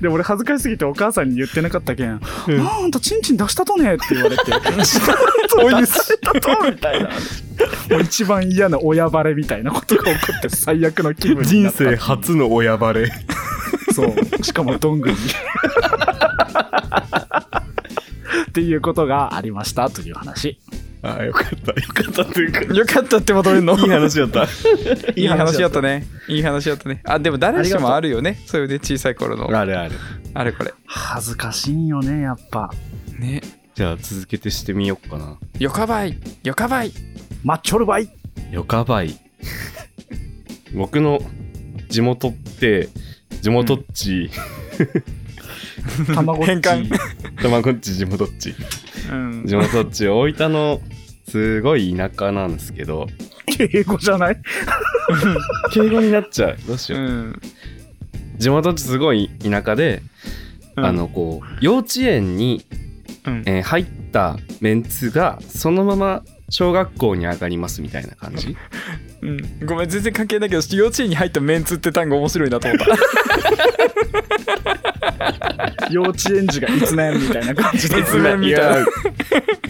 Speaker 2: で俺恥ずかしすぎてお母さんに言ってなかったけん「あ
Speaker 3: うん
Speaker 2: ああんたチンチン出したとね」って言われて「ちゃんと出したと」みたいなもう一番嫌な親バレみたいなことが起こって最悪の気分にな
Speaker 3: 人
Speaker 2: った
Speaker 3: 生初の親バレ。
Speaker 2: そう。しかも、どん ぐり。っていうことがありましたという話。
Speaker 3: ああ、よかった。よかったっていうか。
Speaker 1: よかったって戻るの
Speaker 3: いい話だった。
Speaker 1: いい話やったね。いい話やったね。あ、でも誰しもあるよね。そういうね、小さい頃の。
Speaker 3: あるある。
Speaker 1: あれこれ。
Speaker 2: 恥ずかしいんよね、やっぱ。
Speaker 1: ね。
Speaker 3: じゃあ続けてしてみようかな。
Speaker 1: よかばい、よかばい。
Speaker 2: マッチョル バイ
Speaker 3: よかばい。僕の地元って、地元っち、
Speaker 2: 卵
Speaker 1: 変換
Speaker 3: たまごっち地元っち。
Speaker 1: うん。
Speaker 3: 地元っち、大分のすごい田舎なんですけど、
Speaker 2: 敬語じゃ ない
Speaker 3: 敬語になっちゃう。どうし
Speaker 1: う
Speaker 3: よう。
Speaker 1: ん。
Speaker 3: 地元っちすごい田舎で、あ、の、こう、幼稚園に、
Speaker 1: うん。
Speaker 3: えー入ったメンツが、そのまま小学校に上がりますみたいな感じ。
Speaker 1: うん、ごめん全然関係ないけど幼稚園に入ったメンツって単語面白いなと思 った
Speaker 2: 幼稚園児がいつねんみたいな感じで
Speaker 1: いつねんみたいな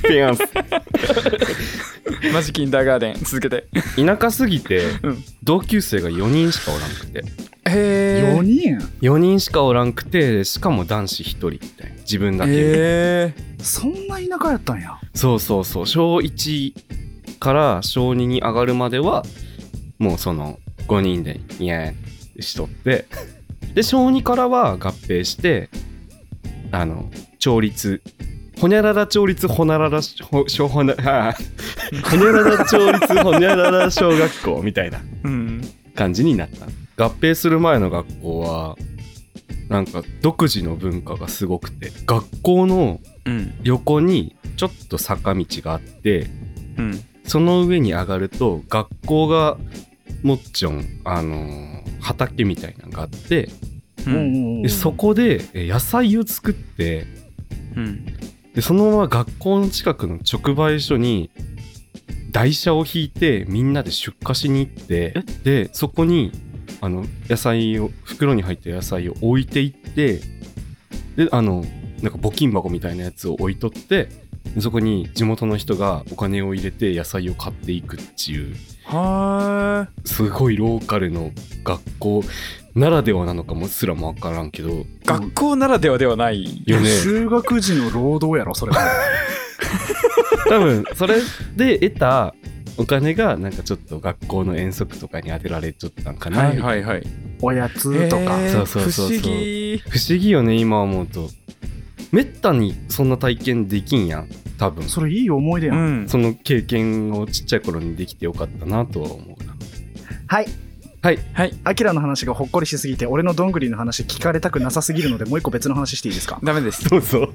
Speaker 3: ピアンス
Speaker 1: マジキンダーガーデン続けて
Speaker 3: 田舎すぎて、
Speaker 1: うん
Speaker 3: 同級生が4人しかおらんくて
Speaker 1: へ
Speaker 2: 4人
Speaker 3: 4人しかおらんくてしかも男子1人みたいな自分だけ、
Speaker 1: え
Speaker 2: そんな田舎やったんや
Speaker 3: そうそうそう小1から小2に上がるまではもうその5人でニヤーってしとってで小2からは合併してあの調律ほにゃらら調律ほなららほしょほな ほにゃらら調律ほにゃらら小学校みたいな
Speaker 1: うん
Speaker 3: 感じになった合併する前の学校はなんか独自の文化がすごくて学校の
Speaker 1: うん
Speaker 3: 横にちょっと坂道があって
Speaker 1: うん
Speaker 3: その上に上がると学校がもっちょん、あのー畑みたいなのがあって
Speaker 1: う
Speaker 2: うんん
Speaker 3: でそこでえ野菜を作って
Speaker 1: うん
Speaker 3: でそのまま学校の近くの直売所に台車を引いてみんなで出荷しに行ってでそこにあの野菜を袋に入った野菜を置いていってであのなんか募金箱みたいなやつを置いとってでそこに地元の人がお金を入れて野菜を買っていくっていう
Speaker 1: は
Speaker 3: すごいローカルの学校ならではなのかもすらもわからんけど
Speaker 1: い学校ならではではない
Speaker 3: よね
Speaker 2: 中学時の労働やろそ れは
Speaker 3: 多分それで得たお金がなんかちょっと学校の遠足とかに当てられちゃったんかな、
Speaker 1: いはい
Speaker 2: おやつとか、
Speaker 1: へー
Speaker 3: そうそうそうそう
Speaker 1: 不思議
Speaker 3: 不思議よね今思うとめったにそんな体験できんやん多分
Speaker 2: それいい思い出やん、
Speaker 1: ん
Speaker 3: その経験をちっちゃい頃にできてよかったなとは思うな
Speaker 2: はい
Speaker 3: はい
Speaker 1: はい
Speaker 2: アキラの話がほっこりしすぎて俺のどんぐりの話聞かれたくなさすぎるのでもう一個別の話していいですか
Speaker 1: ダメです
Speaker 3: どうぞ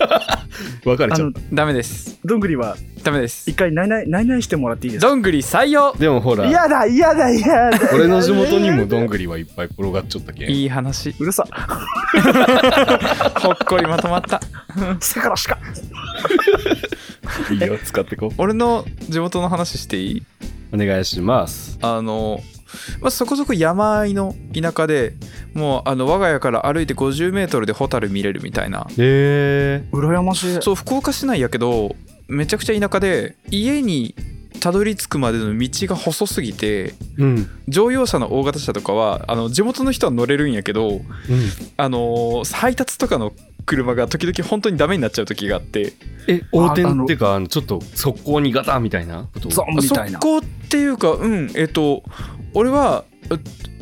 Speaker 3: 別れ
Speaker 2: あ
Speaker 3: ちゃ
Speaker 2: の
Speaker 3: っ
Speaker 1: ダメです
Speaker 2: どんぐりは
Speaker 1: ダメです
Speaker 2: 一回ないないないないしてもらっていいですか
Speaker 1: どんぐり採用
Speaker 3: たでもほら
Speaker 2: 嫌だ嫌だ嫌だ
Speaker 3: 俺の地元にもどんぐりはいっぱい転がっちゃったけん
Speaker 1: いい話
Speaker 2: う るさ
Speaker 1: ほっこりまとまった
Speaker 2: せからしか
Speaker 3: いいよ使ってこ
Speaker 1: 俺の地元の話していいう
Speaker 3: お願いします
Speaker 1: あの、まあ、そこそこ山あいの田舎でもうあの我が家から歩いて5 0ルでホタル見れるみたいな
Speaker 3: へえ
Speaker 2: 羨ましい
Speaker 1: そう福岡市内やけどめちゃくちゃ田舎で家にたどり着くまでの道が細すぎて
Speaker 3: うんうん
Speaker 1: 乗用車の大型車とかはあの地元の人は乗れるんやけどあのー配達とかの車が時々本当にダメになっちゃう時があって
Speaker 3: え横転っていうかあのちょっと速攻にガタンみたいなこと
Speaker 2: ゾンみたい
Speaker 1: 速
Speaker 2: な
Speaker 1: 攻っていうかうんえっと俺はう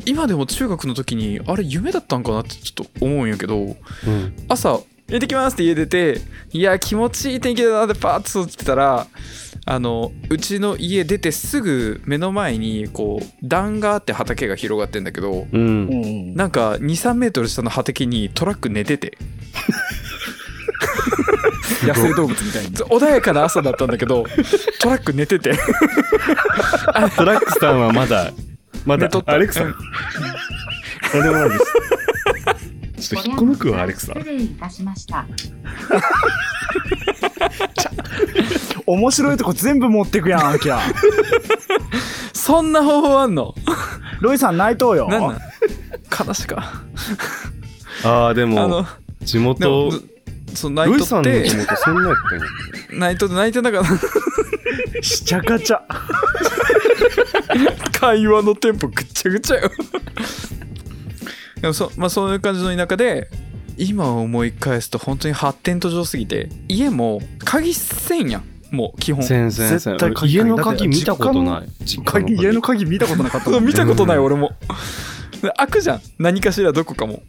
Speaker 1: 今でも中学の時にあれ夢だったんかなってちょっと思うんやけど
Speaker 3: うん
Speaker 1: 朝「行ってきます」って家出て「いや気持ちいい天気だな」ってパーッと外ってたらあのうちの家出てすぐ目の前にこう段があって畑が広がってんだけど
Speaker 2: う
Speaker 3: う、
Speaker 2: んんうん
Speaker 1: なんか2 3メートル下の畑にトラック寝て て
Speaker 2: 野生動物みたいに
Speaker 1: 穏やかな朝だったんだけどトラック寝てて
Speaker 3: トラックさんはまだ、まだ
Speaker 1: 寝とっ、た
Speaker 3: アレクサ。とんでもないです。ちょっと引っこ抜くわ、アレクサ。
Speaker 4: 失礼いたしました。
Speaker 2: 面白いとこ全部持ってくやんアキラ
Speaker 1: そんな方法あんの
Speaker 2: ロイさん泣いとうよ
Speaker 1: なんなん悲しか
Speaker 3: ああ、で
Speaker 1: あ
Speaker 3: も
Speaker 1: の、
Speaker 3: 地
Speaker 1: でも
Speaker 3: 元、
Speaker 1: そう泣
Speaker 3: ル
Speaker 1: い
Speaker 3: イ
Speaker 1: と
Speaker 3: さ
Speaker 1: っ
Speaker 3: んの
Speaker 1: て
Speaker 3: 地元、そんなやったんや
Speaker 1: 泣いとって泣いてなかった
Speaker 2: しちゃかちゃ
Speaker 1: 会話のテンポぐっちゃぐちゃよでもそ,、まあ、そういう感じの田舎で今思い返すと本当に発展途上すぎて家も鍵せんやんもう基本
Speaker 3: せんせんせ
Speaker 2: 絶
Speaker 3: ん。
Speaker 2: 対
Speaker 3: 俺家の鍵見たことない。
Speaker 2: 鍵家の鍵見たことなかったも
Speaker 1: そう
Speaker 2: ん
Speaker 1: 見たことない
Speaker 3: うん
Speaker 1: 俺もで開くじゃん何かしらどこかも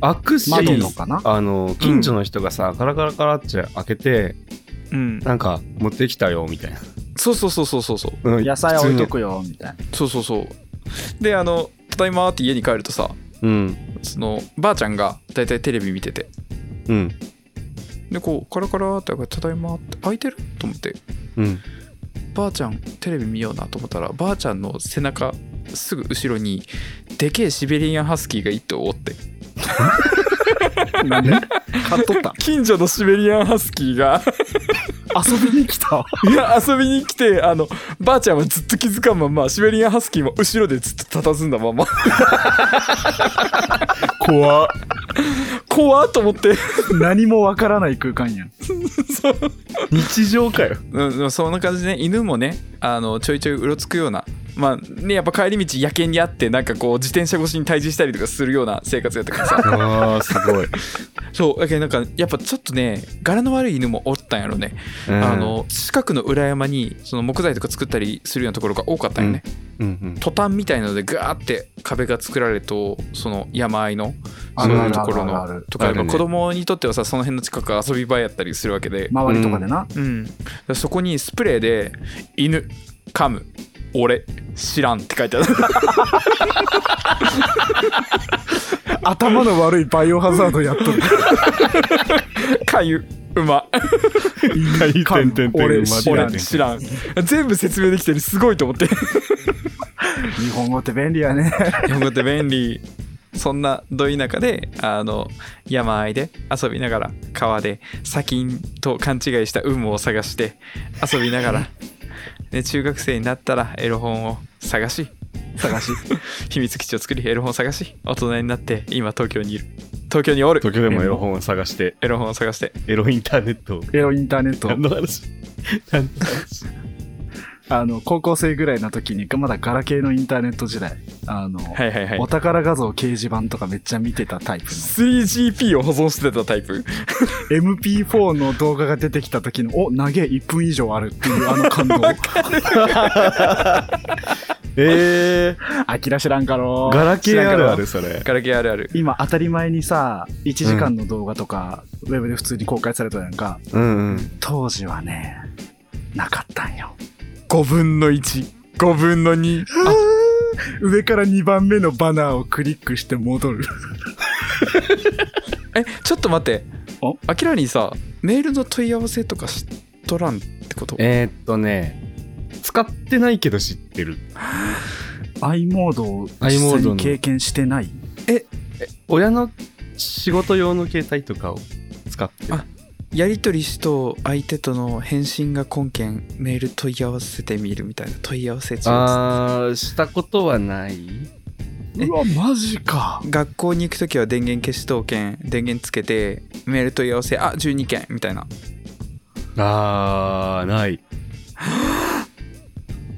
Speaker 3: 開くし、
Speaker 2: 窓のかな
Speaker 3: あの、近所の人がさ、カラカラカラって開けて、
Speaker 1: うん
Speaker 3: なんか、持ってきたよ、みたいな。
Speaker 1: そうそうそうそうそうそう
Speaker 3: うん
Speaker 2: 野菜置いと。
Speaker 3: 普
Speaker 2: くよみたいな
Speaker 1: そうそうそうであの「ただいま」って家に帰るとさ
Speaker 3: 通のうん。
Speaker 1: そのばあちゃんがだいたいテレビ見てて
Speaker 3: うん。
Speaker 1: でこうカラカラって開けてただいま」って開いてると思って
Speaker 3: うん。
Speaker 1: ばあちゃんテレビ見ようなと思ったらばあちゃんの背中すぐ後ろにでけえシベリアンハスキーが一頭おって
Speaker 2: 何買っとった
Speaker 1: 近所のシベリアンハスキーが
Speaker 2: 遊びに来た。
Speaker 1: いや遊びに来てあのばあちゃんはずっと気づかんままシベリアンハスキーも後ろでずっと佇んだまま
Speaker 3: 怖っ
Speaker 1: 怖っと思って
Speaker 2: 何もわからない空間やん。
Speaker 1: そう
Speaker 3: 日常かよ
Speaker 1: うん、でもそんな感じでね犬もねあのちょいちょいうろつくようなまあねやっぱ帰り道野犬にあってなんかこう自転車越しに退治したりとかするような生活やったから さ
Speaker 3: あーすごい、
Speaker 1: そうだけどなんかやっぱちょっとね柄の悪い犬もおったんやろね、あの近くの裏山にその木材とか作ったりするようなところが多かったんよね、
Speaker 3: うんうん
Speaker 1: トタンみたいのでガーって壁が作られるとその山あいの
Speaker 2: あ
Speaker 1: そう
Speaker 2: るあ
Speaker 1: いう
Speaker 2: る
Speaker 1: と
Speaker 2: あ
Speaker 1: ころ
Speaker 2: るあ
Speaker 1: の
Speaker 2: る。
Speaker 1: とかやっ
Speaker 3: あ
Speaker 1: ぱ
Speaker 3: るね
Speaker 1: 子供にとってはさその辺の近くが遊び場やったりするわけで、
Speaker 2: 周りとかでな。
Speaker 1: うん、だからそこにスプレーで「犬噛む俺知らん」って書いてあ る
Speaker 2: 頭の悪いバイオハザードやっとる。
Speaker 1: かゆ馬
Speaker 3: うん
Speaker 2: か
Speaker 3: てんてんてん
Speaker 2: 俺
Speaker 3: 馬
Speaker 2: 知らん
Speaker 1: 俺知らん全部説明できてるすごいと思って
Speaker 2: 日本語って便利やね。
Speaker 1: 日本語って便利そんなど田舎であの山あいで遊びながら川で砂金と勘違いした有無を探して遊びなが ら、で中学生になったらエロ本を探し探し秘密基地を作りエロ本を探し大人になって今東京にいる東京におる
Speaker 3: 東京でもエロ本を探 して
Speaker 1: エロ本を探して
Speaker 3: エロインターネットを
Speaker 2: エロインターネット。
Speaker 3: 何の話何の話
Speaker 2: あの、高校生ぐらいの時に、まだガラケーのインターネット時代。あの、
Speaker 1: はいはいはい
Speaker 2: お宝画像掲示板とかめっちゃ見てたタイプ
Speaker 1: 3GP を保存してたタイプ
Speaker 2: の MP4 の動画が出てきた時のお投げ1分以上あるっていうあの 感動
Speaker 3: えー、
Speaker 2: あきら知らんかろ
Speaker 3: ガラケーあるあ
Speaker 2: 知らんかろ
Speaker 3: るそれ
Speaker 1: ガラケーあるある
Speaker 2: 今当たり前にさ1時間の動画とか、ウェブで普通に公開されたやんか
Speaker 3: うんうん
Speaker 2: 当時はねなかったんよ
Speaker 1: 5分の15分の2
Speaker 2: 上から2番目のバナーをクリックして戻る
Speaker 1: えちょっと待って
Speaker 2: お
Speaker 1: あきらにさメールの問い合わせとかしとらんってこと
Speaker 3: えー、っとね使ってないけど知ってる
Speaker 2: i モードを実
Speaker 3: i モ
Speaker 2: 際
Speaker 3: ード
Speaker 2: に
Speaker 3: の
Speaker 2: 経験してない
Speaker 3: 親の仕事用の携帯とかを使ってる
Speaker 1: あやり取りしと相手との返信が根拠メール問い合わせてみるみたいな問い合わせ中
Speaker 3: あーしたことはない
Speaker 1: え
Speaker 2: うわマジか
Speaker 1: 学校に行く時は電源消し当件電源つけてメール問い合わせあ12件みたいな
Speaker 3: あーない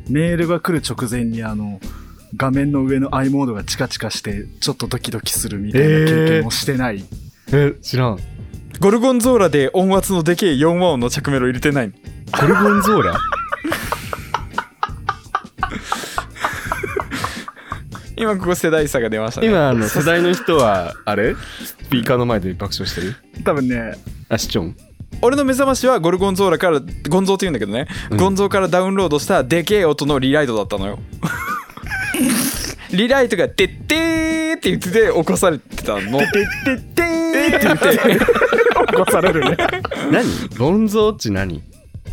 Speaker 2: メールが来る直前にあの画面の上の i モードがチカチカしてちょっとドキドキするみたいな経験をしてない、
Speaker 3: え知らん
Speaker 1: ゴルゴンゾーラで音圧のでけえ4和音の着メロ入れてない
Speaker 3: ゴルゴンゾーラ
Speaker 1: 今ここ世代差が出ましたね
Speaker 3: 今あの 世代の人はあれスピーカーの前で爆笑してる
Speaker 2: 多分ね
Speaker 3: あシチョン
Speaker 1: 俺の目覚ましはゴルゴンゾーラからゴンゾーって言うんだけどね、
Speaker 3: うん
Speaker 1: ゴンゾーからダウンロードしたでけえ音のリライトだったの よリライトが「てってー」って言ってて起こされてたの「てってってー」って言って
Speaker 2: 起こされるね
Speaker 3: 何ゴンゾーっち何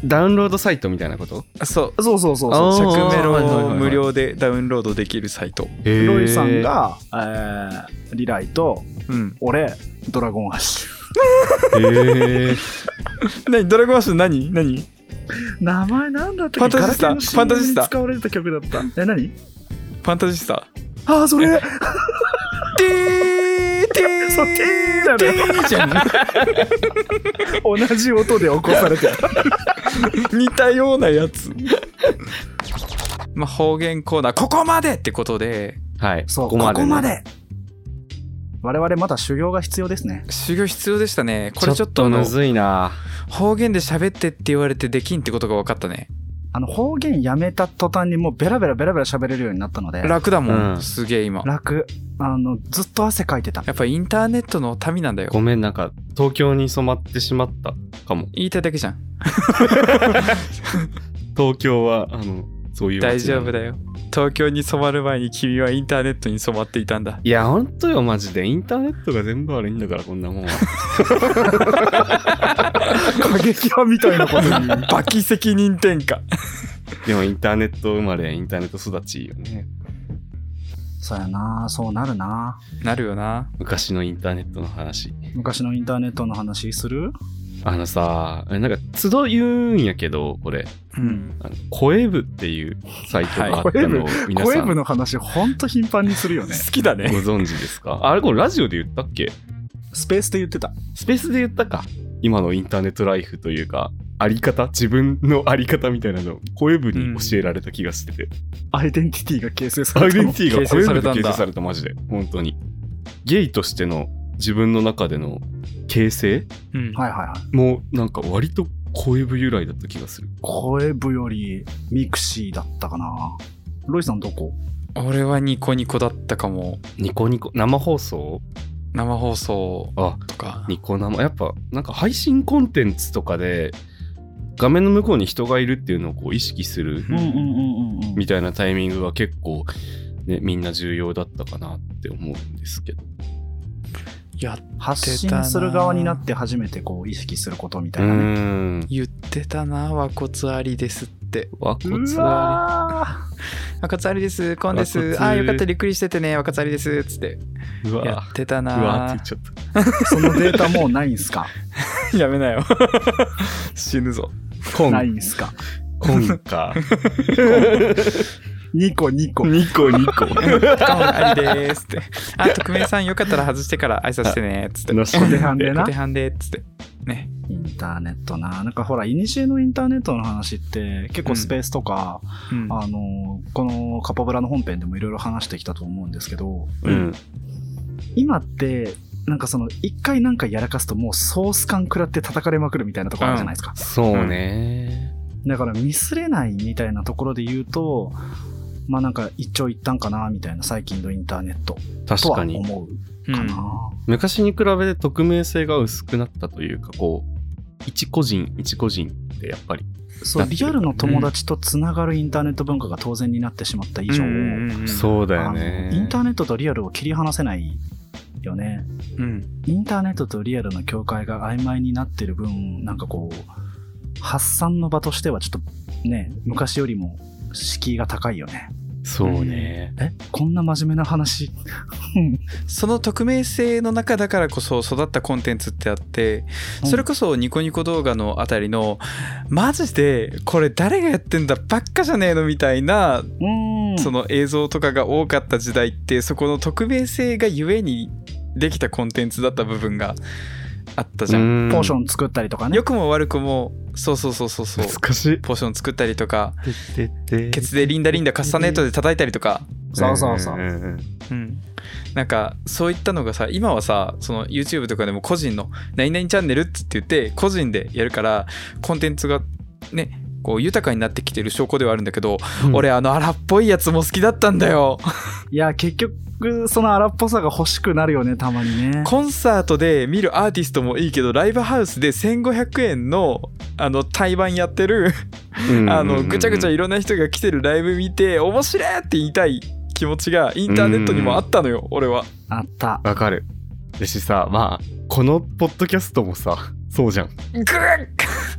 Speaker 3: ダウンロードサイトみたいなこと
Speaker 1: そう
Speaker 2: そうそうそう
Speaker 3: あ
Speaker 2: そう
Speaker 3: ー
Speaker 1: 着メロ
Speaker 3: はいはい
Speaker 1: を
Speaker 3: はい
Speaker 1: 無料でダウンロードできるサイト
Speaker 3: へ
Speaker 2: ロイさんが、えーリライと
Speaker 1: うん
Speaker 2: 俺ドラゴンアッシ
Speaker 3: へえ
Speaker 1: 何ドラゴンアッシュ何何
Speaker 2: ュ名前なんだった
Speaker 1: ファンタジスタ
Speaker 2: ガラケーの CM
Speaker 1: ファンタジスタ
Speaker 2: に使われてた曲だ ったえ何
Speaker 1: ファンタジスタ
Speaker 2: ああそれ
Speaker 1: てーてー
Speaker 2: そうてーだ
Speaker 1: て
Speaker 2: ね
Speaker 1: ーじゃん
Speaker 2: 同じ音で起こされてた
Speaker 1: 似たようなやつまあ方言コーナーここまでってことで
Speaker 3: はい
Speaker 2: そうこ
Speaker 3: こ
Speaker 2: こ
Speaker 3: こ
Speaker 2: ま
Speaker 3: ま
Speaker 2: で,、
Speaker 3: でね
Speaker 2: 我々まだ修行が必要ですね
Speaker 1: 修行必要でしたねこ
Speaker 3: これ
Speaker 1: れち
Speaker 3: ち
Speaker 1: ょ
Speaker 3: ょ
Speaker 1: っ
Speaker 3: っ
Speaker 1: とあ
Speaker 3: と
Speaker 1: の
Speaker 3: むずいな
Speaker 1: 方言で喋ってって言われてできんってことが分かったね
Speaker 2: あの方言やめた途端にもうベラベラベラベラ喋れるようになったので
Speaker 1: 楽だもん、
Speaker 3: うん
Speaker 1: すげえ今
Speaker 2: 楽あのずっと汗かいてた
Speaker 1: やっぱインターネットの民なんだよ
Speaker 3: ごめんなんか東京に染まってしまったかも
Speaker 1: 言いたいだけじゃん
Speaker 3: 東京はあのそういう
Speaker 1: 大
Speaker 3: 街
Speaker 1: 丈
Speaker 3: なの
Speaker 1: 夫だよ東京に染まる前に君はインターネットに染まっていたん だ
Speaker 3: いやほんとよマジでインターネットが全部悪いんだからこんなもん は
Speaker 2: 過激派みたいなこ と言う
Speaker 1: バキ責任転嫁
Speaker 3: でもインターネット生まれインターネット育ちいいよね
Speaker 2: そうやなそうなるな
Speaker 1: なるよな
Speaker 3: 昔のインターネットの話
Speaker 2: 昔のインターネットの話する
Speaker 3: あのさ、あれなんか、都度言うんやけど、これ、
Speaker 1: うん。
Speaker 3: あの声部っていうサイトがあったのを皆
Speaker 2: 声
Speaker 3: さん
Speaker 2: 部
Speaker 3: ご
Speaker 2: の話、ほんと頻繁にするよ ね。
Speaker 1: きだね。
Speaker 3: 存知ですか あれこれラジオで言ったっけ
Speaker 2: スペースで言ってた。
Speaker 3: スペースで言ったか。今のインターネットライフというか、あり方、自分のあり方みたいなのを声部に教えられた気がしてて。
Speaker 2: アイデンティティが形成さ
Speaker 3: ア
Speaker 2: れ
Speaker 3: イ
Speaker 2: た
Speaker 3: デ
Speaker 2: の。
Speaker 3: ンティティが
Speaker 1: 形成されたんだ
Speaker 3: 形成されたマジで本当にゲイとしての自分の中での形成
Speaker 1: うん。
Speaker 2: はいはいはい。
Speaker 3: もなんか割と声部由来だった気がする
Speaker 2: 声部よりミクシーだったかな。ロイさんどこ
Speaker 1: 俺はニコニコだったかも。
Speaker 3: ニコニコ生放送
Speaker 1: 生放送
Speaker 3: あ
Speaker 1: とか。
Speaker 3: ニコ生やっぱなんか配信コンテンツとかで画面の向こうに人がいるっていうのをこう意識する
Speaker 1: うんうん
Speaker 2: うんうん
Speaker 3: みたいなタイミングが結構、ね、みんな重要だったかなって思うんですけど
Speaker 1: や、
Speaker 2: 発信する側になって初めてこう意識することみた
Speaker 3: う
Speaker 2: いなね。
Speaker 3: ん
Speaker 1: 言ってたな、和骨ありですって。
Speaker 3: 和骨
Speaker 2: う
Speaker 3: は
Speaker 2: わ
Speaker 1: 和骨ありです、コンです
Speaker 3: 和。骨
Speaker 1: ああ、よかった、ゆっくりしててね、和骨ありです。つって。
Speaker 3: う
Speaker 1: や
Speaker 3: わ
Speaker 1: ってた
Speaker 3: うわっ
Speaker 1: な
Speaker 3: て言っ。ちゃった
Speaker 2: ーそのデータもうないんすか
Speaker 1: やめなよ。死ぬぞ。
Speaker 3: コ
Speaker 2: ない
Speaker 3: ン
Speaker 2: んすか
Speaker 3: コンか
Speaker 2: ニコニコ。
Speaker 3: ニコニコ。
Speaker 1: コンありでーすって。あ、特命さんよかったら外してから挨拶してね。 つって。
Speaker 3: なし
Speaker 2: 小手半で
Speaker 1: お
Speaker 2: な
Speaker 1: 手。半で、つって。ね。
Speaker 2: インターネットな。なんかほら、いにしえのインターネットの話って結構スペースとか、
Speaker 1: うん。
Speaker 2: あの、このカパブラの本編でもいろいろ話してきたと思うんですけど、
Speaker 3: うん。
Speaker 2: 今って、なんかその、一回なんかやらかすともうソース感食らって叩かれまくるみたいなとこあるじゃないですか。
Speaker 3: そうね。
Speaker 2: だからミスれないみたいなところで言うと、まあなんか一長一短かなみたいな最近のインターネットと
Speaker 3: 確
Speaker 2: は
Speaker 3: かに。
Speaker 2: 思
Speaker 1: う
Speaker 2: う
Speaker 1: ん
Speaker 2: かな。
Speaker 3: 昔に比べて匿名性が薄くなったというか、こう、一個人、一個人ってやっぱり。
Speaker 2: そう、
Speaker 3: だって
Speaker 2: リアルの友達とつながるインターネット文化が当然になってしまった以上、
Speaker 1: うんうんうん
Speaker 3: そうだ
Speaker 2: あ
Speaker 3: よ
Speaker 2: の
Speaker 3: ね。
Speaker 2: インターネットとリアルを切り離せないよね。
Speaker 1: うん。
Speaker 2: インターネットとリアルの境界が曖昧になってる分、なんかこう、発散の場としてはちょっとね、昔よりも敷居が高いよね。
Speaker 3: そうね。
Speaker 2: え、こんな真面目な話。
Speaker 1: その匿名性の中だからこそ育ったコンテンツってあって、それこそニコニコ動画のあたりの、マジでこれ誰がやってんだばっかじゃねえのみたいな、
Speaker 2: うん、
Speaker 1: その映像とかが多かった時代って、そこの匿名性がゆえにできたコンテンツだった部分があったじゃん。
Speaker 2: ポーショ
Speaker 3: ン。
Speaker 2: ン作ったりとかね
Speaker 1: 良。くも悪くも、そうそうそうそうそう。
Speaker 3: 難しい。
Speaker 1: ポーション作ったりとか、
Speaker 3: てて
Speaker 1: ケツでリンダリンダカスタネットで叩いたりとか、
Speaker 2: そうそうそう。
Speaker 1: うん、なんかそういったのがさ今はさその YouTube とかでも個人の「何々チャンネル」って言って個人でやるからコンテンツがねこう豊かになってきてる証拠ではあるんだけど、
Speaker 3: うん
Speaker 1: 俺あの荒っぽいやつも好きだったんだよ
Speaker 2: いや、結局、その荒っぽさが欲しくなるよね、たまにね。
Speaker 1: コンサートで見るアーティストもいいけどライブハウスで1500円のあの対バンやってる
Speaker 3: うん
Speaker 1: あのぐちゃぐちゃいろんな人が来てるライブ見て面白いって言いたい気持ちがインターネットにもあったのよ俺は
Speaker 2: あった。
Speaker 3: わかる。だしさ、まあ、このポッドキャストもさ、そうじゃん。
Speaker 1: グッ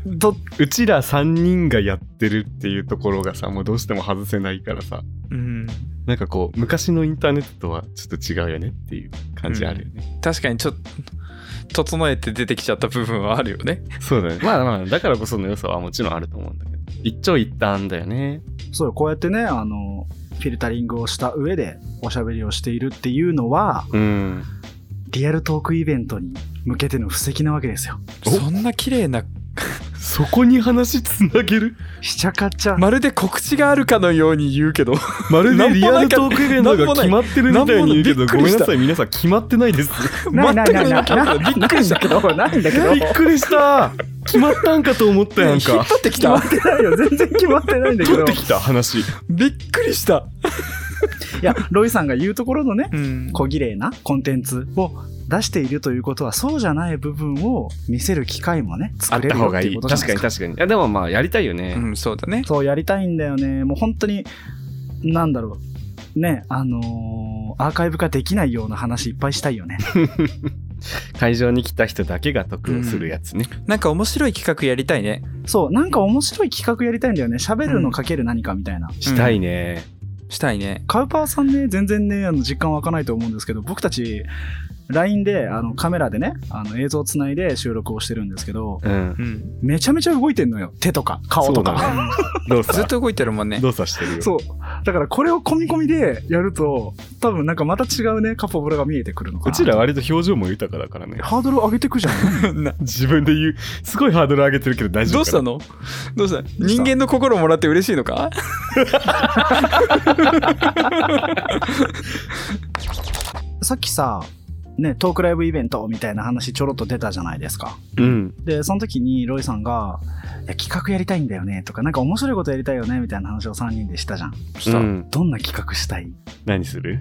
Speaker 2: ど、
Speaker 3: うちら3人がやってるっていうところがさ、もうどうしても外せないからさ。
Speaker 1: うん
Speaker 3: なんかこう昔のインターネットとはちょっと違うよねっていう感じあるよね、
Speaker 1: 確かにちょっと整えて出てきちゃった部分はあるよね
Speaker 3: そうだねまあまあだからこその良さはもちろんあると思うんだけど一長一短だよね
Speaker 2: そうよこうやってね、あの、フィルタリングをした上でおしゃべりをしているっていうのは、
Speaker 3: うん
Speaker 2: リアルトークイベントに向けての布石なわけですよ。
Speaker 3: お
Speaker 1: そんな綺麗な
Speaker 3: そこに話つなげる
Speaker 2: しちゃかちゃ。
Speaker 1: まるで告知があるかのように言うけど
Speaker 3: まる
Speaker 1: なん
Speaker 3: で
Speaker 1: も
Speaker 3: リ
Speaker 1: な
Speaker 3: ア
Speaker 1: い
Speaker 3: ルトークイベントが決まってるみたいに言うけ
Speaker 1: なんもないび
Speaker 3: どご
Speaker 1: っくり
Speaker 3: め
Speaker 1: し
Speaker 3: ん
Speaker 1: た
Speaker 3: なさい皆さん決まってないです
Speaker 2: ないないないな
Speaker 1: 全
Speaker 2: い
Speaker 1: くなかった びっくりした
Speaker 2: ないんだけど、ないんだけど。
Speaker 3: びっくりした決まったんかと思ったやん
Speaker 1: 引
Speaker 3: か
Speaker 1: っ張ってき
Speaker 2: 決ま
Speaker 1: た
Speaker 2: ってないよ。全然決まってないんだけ
Speaker 3: 取
Speaker 2: ど
Speaker 3: っ。てき た話
Speaker 1: びっくりした
Speaker 2: いや、ロイさんが言うところのね、
Speaker 1: うん
Speaker 2: 小綺麗なコンテンツを出しているということは、そうじゃない部分を見せる機会もね、
Speaker 3: あ
Speaker 2: 作
Speaker 3: っ
Speaker 2: れ
Speaker 3: た
Speaker 2: るよ
Speaker 3: 方
Speaker 2: っ
Speaker 3: が
Speaker 2: てい
Speaker 3: い
Speaker 2: う
Speaker 3: い
Speaker 2: ことじゃない
Speaker 3: 確か
Speaker 2: で
Speaker 3: に
Speaker 2: すか。
Speaker 3: 確かにいやでもまあやりたいよね、
Speaker 1: うんそうだね
Speaker 2: そう、やりたいんだよね。もう本当に、なんだろう。ね、あのーアーカイブ化できないような話いっぱいしたいよね。
Speaker 3: 会場に来た人だけが得をするやつね、
Speaker 1: なんか面白い企画やりたいね
Speaker 2: そう、なんか面白い企画やりたいんだよね。喋るのかける何かみたいな。
Speaker 3: したいね、
Speaker 1: したいね
Speaker 2: カウパーさんね、全然ね、あの実感湧かないと思うんですけど、僕たち、 LINE であのカメラでねあの映像をつないで収録をしてるんですけど
Speaker 3: うん。
Speaker 1: うん、
Speaker 2: めちゃめちゃ動いてんのよ手とか顔と
Speaker 3: そう
Speaker 2: か
Speaker 3: だね。 動
Speaker 1: ずっ
Speaker 3: 作。
Speaker 1: と動いてるもんね
Speaker 3: 動作してるよ。
Speaker 2: そうだからこれを込み込みでやると多分なんかまた違うねカポブラが見えてくるのか
Speaker 3: う
Speaker 2: な
Speaker 3: ちら割と表情も豊かだからね。
Speaker 2: ハードル上げてくじゃん
Speaker 1: な
Speaker 3: 自分で言う。すごいハードル上げてるけど大丈
Speaker 1: ど
Speaker 3: 夫
Speaker 1: うした
Speaker 3: の
Speaker 1: のどうした人間の心もらって嬉しいのか
Speaker 2: さっきさね、トークライブイベントみたいな話ちょろっと出たじゃないですか
Speaker 3: うん。
Speaker 2: でその時にロイさんが「いや企画やりたいんだよね」とか「なんか面白いことやりたいよね」みたいな話を3人でしたじゃん
Speaker 1: した
Speaker 3: うん
Speaker 2: どんな企画したい
Speaker 3: 何する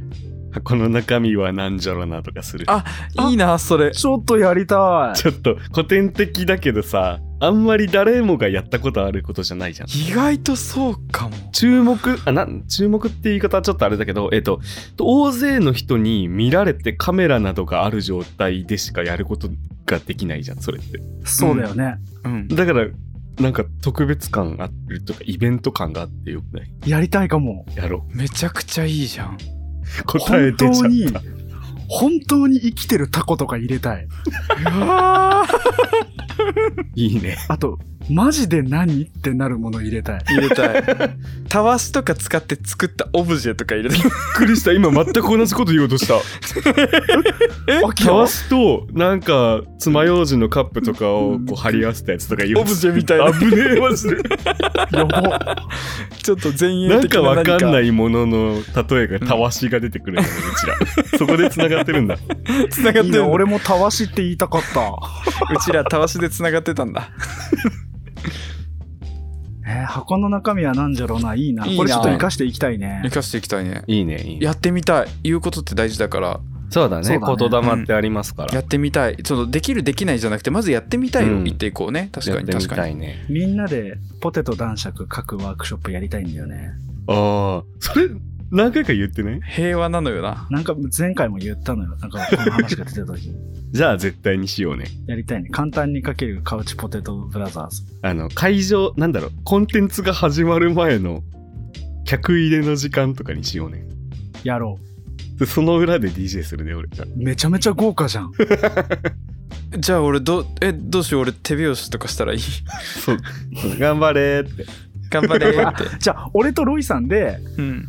Speaker 3: 箱の中身はなんじゃろなとかする。
Speaker 1: あいいなそれ
Speaker 2: ちょっとやりたい
Speaker 3: ちょっと古典的だけどさ、あんまり誰もがやったことあることじゃないじゃん。
Speaker 1: 意外とそうかも
Speaker 3: 注目あなん注目って言い方はちょっとあれだけど、えっと、大勢の人に見られてカメラなどがある状態でしかやることができないじゃんそれって
Speaker 2: そうだよね、
Speaker 1: うん
Speaker 3: だからなんか特別感あるとかイベント感があってよくない
Speaker 2: やりたいかも
Speaker 3: やろ
Speaker 1: めちゃくちゃいいじゃん
Speaker 3: う答え出ちゃ
Speaker 2: 本当に
Speaker 3: った
Speaker 2: 本当に生きてるタコとか入れたいう
Speaker 1: わー
Speaker 3: いいね
Speaker 2: あとマジで何ってなるもの入れた い
Speaker 1: 入れたいたわしとか使って作ったオブジェとか入れたい
Speaker 3: びっくりした今全く同じこと言おうと した
Speaker 1: え
Speaker 3: たわしとなんか爪楊枝のカップとかをこう貼り合わせたやつとか言おうとし
Speaker 1: オブジェみたいな
Speaker 3: 危ねえマジで
Speaker 2: やば
Speaker 1: ちょっと前衛
Speaker 3: なん
Speaker 1: 的
Speaker 3: か
Speaker 1: な
Speaker 3: わかんないいものの例えがたわしが出てくるんだね、うちら。そこでつながってるんだ。
Speaker 1: つながって
Speaker 2: いい
Speaker 1: る
Speaker 2: な
Speaker 1: 俺
Speaker 2: 俺もたわしって言いたかった
Speaker 1: うちらたわしでつながってたんだ
Speaker 2: えー箱の中身は何じゃろうないいない
Speaker 1: いな
Speaker 2: これちょっと生かしていきたいね
Speaker 1: 生かしていきたいね
Speaker 3: いいね、いい
Speaker 1: やってみたい言うことって大事だから
Speaker 3: そうだ
Speaker 2: そうだね
Speaker 3: 霊ってありますから。
Speaker 1: やってみたいそのできるできないじゃなくてまずやってみたいを
Speaker 3: うん
Speaker 1: 言っていこうね確か
Speaker 3: やっ
Speaker 1: に
Speaker 3: てみ
Speaker 1: 確か
Speaker 3: た
Speaker 1: に
Speaker 3: いね。
Speaker 2: みんなでポテト男爵各ワークショップやりたいんだよね
Speaker 3: ああ、それ、何回か言ってね。
Speaker 1: 平和なのよな
Speaker 2: なんか前回も言ったのよなんかこの話が出てた時に
Speaker 3: じゃあ絶対にしようね。
Speaker 2: やりたいね簡単にかけるカウチポテトブラザーズ
Speaker 3: あの、会場、なんだろう、コンテンツが始まる前の客入れの時間とかにしようね。
Speaker 2: やろ
Speaker 3: でその裏で DJ するね、俺。じゃ
Speaker 2: うめちゃめちゃ豪華じゃん
Speaker 1: じゃあ俺どえどうしよう俺手拍子とかしたらいい
Speaker 3: あそう。頑張れーって。
Speaker 1: 頑張れーって
Speaker 2: じゃあ俺とロイさんで
Speaker 1: うん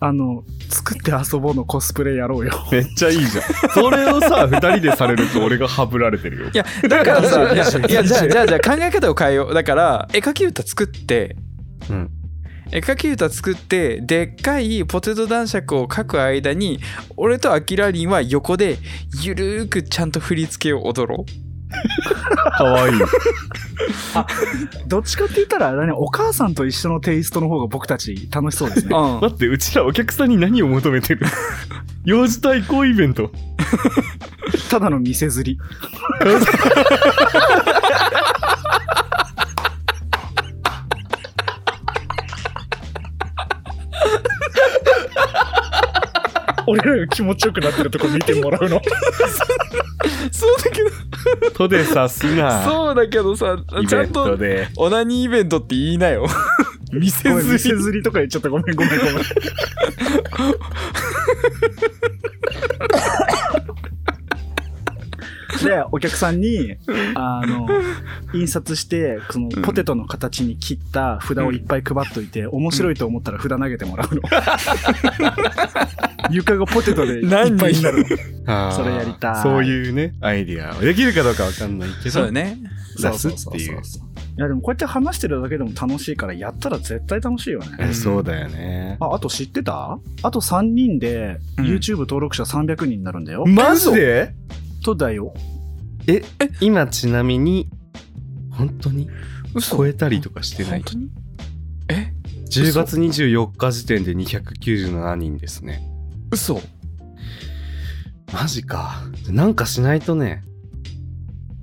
Speaker 2: あの作って遊ぼうのコスプレやろうよ
Speaker 3: めっちゃいいじゃん。それをさ、二人でされると俺がハブられてるよ。
Speaker 1: いやだからさ
Speaker 2: いやいやいや
Speaker 1: いやじゃあじゃあじゃあ 考え方を変えようだから絵描き歌作って
Speaker 3: うん。
Speaker 1: 絵描き歌作ってでっかいポテト男爵を描く間に俺とアキラリンは横でゆるーくちゃんと振り付けを踊ろう
Speaker 3: かわいい。
Speaker 2: どっちかって言ったら何お母さんと一緒のテイストの方が僕たち楽しそうです
Speaker 1: う
Speaker 2: ね
Speaker 1: ん
Speaker 3: 待ってうちらお客さんに何を求め てる幼児対抗イベント
Speaker 2: ただの店釣り俺らが気持ちよくなってるとこ見てもらうの
Speaker 1: そうだけど
Speaker 3: とでさすな
Speaker 1: そうだけどさ
Speaker 3: イ
Speaker 1: ちゃ
Speaker 3: ベン
Speaker 1: ん
Speaker 3: ト
Speaker 1: と
Speaker 3: で
Speaker 1: オナニーイベントって言いな よ店
Speaker 2: 店
Speaker 1: 釣り
Speaker 2: 釣りとか言っちゃったごめんごめんごめんでお客さんにあの印刷してそのポテトの形に切った札をいっぱい配っといて、面白いと思ったら札投げてもらうの 床がポテトでいっぱい
Speaker 1: 何
Speaker 2: に
Speaker 1: 人
Speaker 2: なるの
Speaker 3: あー
Speaker 2: それやりたい
Speaker 3: そういうねアイディアできるかどうかわかんないけ
Speaker 1: そう
Speaker 3: ど
Speaker 1: だね
Speaker 3: 出すっていう
Speaker 2: いやでもこうやって話してるだけでも楽しいからやったら絶対楽しいよね
Speaker 3: えそうだよね
Speaker 2: ああと知ってたあと3人で
Speaker 1: うん
Speaker 2: YouTube 登録者300人になるんだよ、
Speaker 3: マジで
Speaker 2: とだよ
Speaker 3: え今ちなみに本当に
Speaker 1: 嘘
Speaker 3: 超えたりとかしてな
Speaker 1: 本
Speaker 3: い
Speaker 1: 当にえ
Speaker 3: 10月24日時点で297人ですね
Speaker 1: 嘘
Speaker 3: マジかなんかしないとね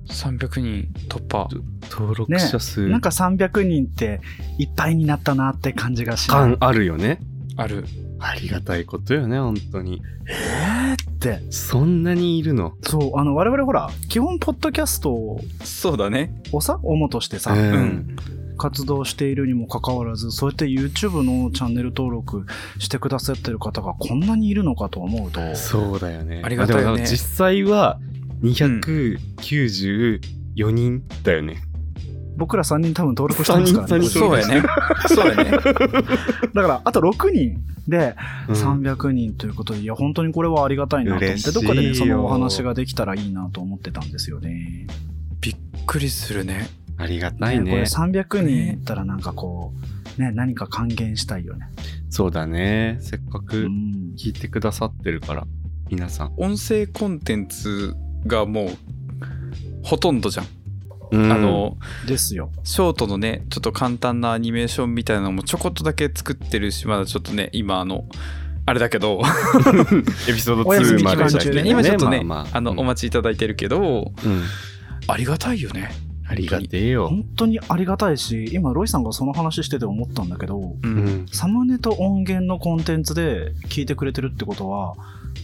Speaker 1: 300人突破
Speaker 3: 登録者数
Speaker 2: なんか300人っていっぱいになったなって感じがしない
Speaker 3: 感あるよね
Speaker 1: ある
Speaker 3: ありがたいことよね本当に
Speaker 2: えーって
Speaker 3: そんなにいるの
Speaker 2: そうあの我々ほら基本ポッドキャストを
Speaker 1: そうだね
Speaker 2: さ主としてさ、
Speaker 3: うん
Speaker 1: ん
Speaker 2: 活動しているにもかかわらずそうやって YouTube のチャンネル登録してくださってる方がこんなにいるのかと思うと
Speaker 3: そうだよね。
Speaker 1: ありがたいよね
Speaker 3: あでも実際は294人だよね。
Speaker 2: 僕ら3人多分登録してますから
Speaker 3: 三
Speaker 2: ね
Speaker 3: 人
Speaker 2: こ
Speaker 1: そ
Speaker 2: れ
Speaker 1: うやね。そうやね。
Speaker 2: だからあと6人で
Speaker 3: うん
Speaker 2: 300人ということで、いや本当にこれはありがたいなと思って
Speaker 3: 嬉しい
Speaker 2: ど
Speaker 3: よ
Speaker 2: っかでねそのお話ができたらいいなと思ってたんですよね。
Speaker 1: びっくりするね。
Speaker 3: ありがたい
Speaker 2: これ
Speaker 3: ね。
Speaker 2: 300人いったらなんかこう、ね、何か還元したいよね。
Speaker 3: そうだね。せっか
Speaker 2: う
Speaker 3: く
Speaker 2: ん
Speaker 3: 聞いてくださってるから、皆さん。
Speaker 1: 音声コンテンツがもう、ほとんどじゃん。
Speaker 3: うん
Speaker 1: あ、の、
Speaker 2: ですよ。
Speaker 1: ショートのね、ちょっと簡単なアニメーションみたいなのもちょこっとだけ作ってるし、まだちょっとね、今あの、あれだけど、
Speaker 3: エピソード
Speaker 2: お休み
Speaker 3: 2ま
Speaker 2: 期
Speaker 3: で
Speaker 2: 間中
Speaker 3: だけど
Speaker 2: ね
Speaker 1: 今ちょっとね、
Speaker 3: まあまあ
Speaker 1: あの、お待ちいただいてるけど、
Speaker 3: うん
Speaker 1: ありがたいよね。
Speaker 3: ありがてえよ。
Speaker 2: 本当にありがたいし、今ロイさんがその話してて思ったんだけど、
Speaker 1: う。
Speaker 3: うんん。
Speaker 2: サムネと音源のコンテンツで聞いてくれてるってことは、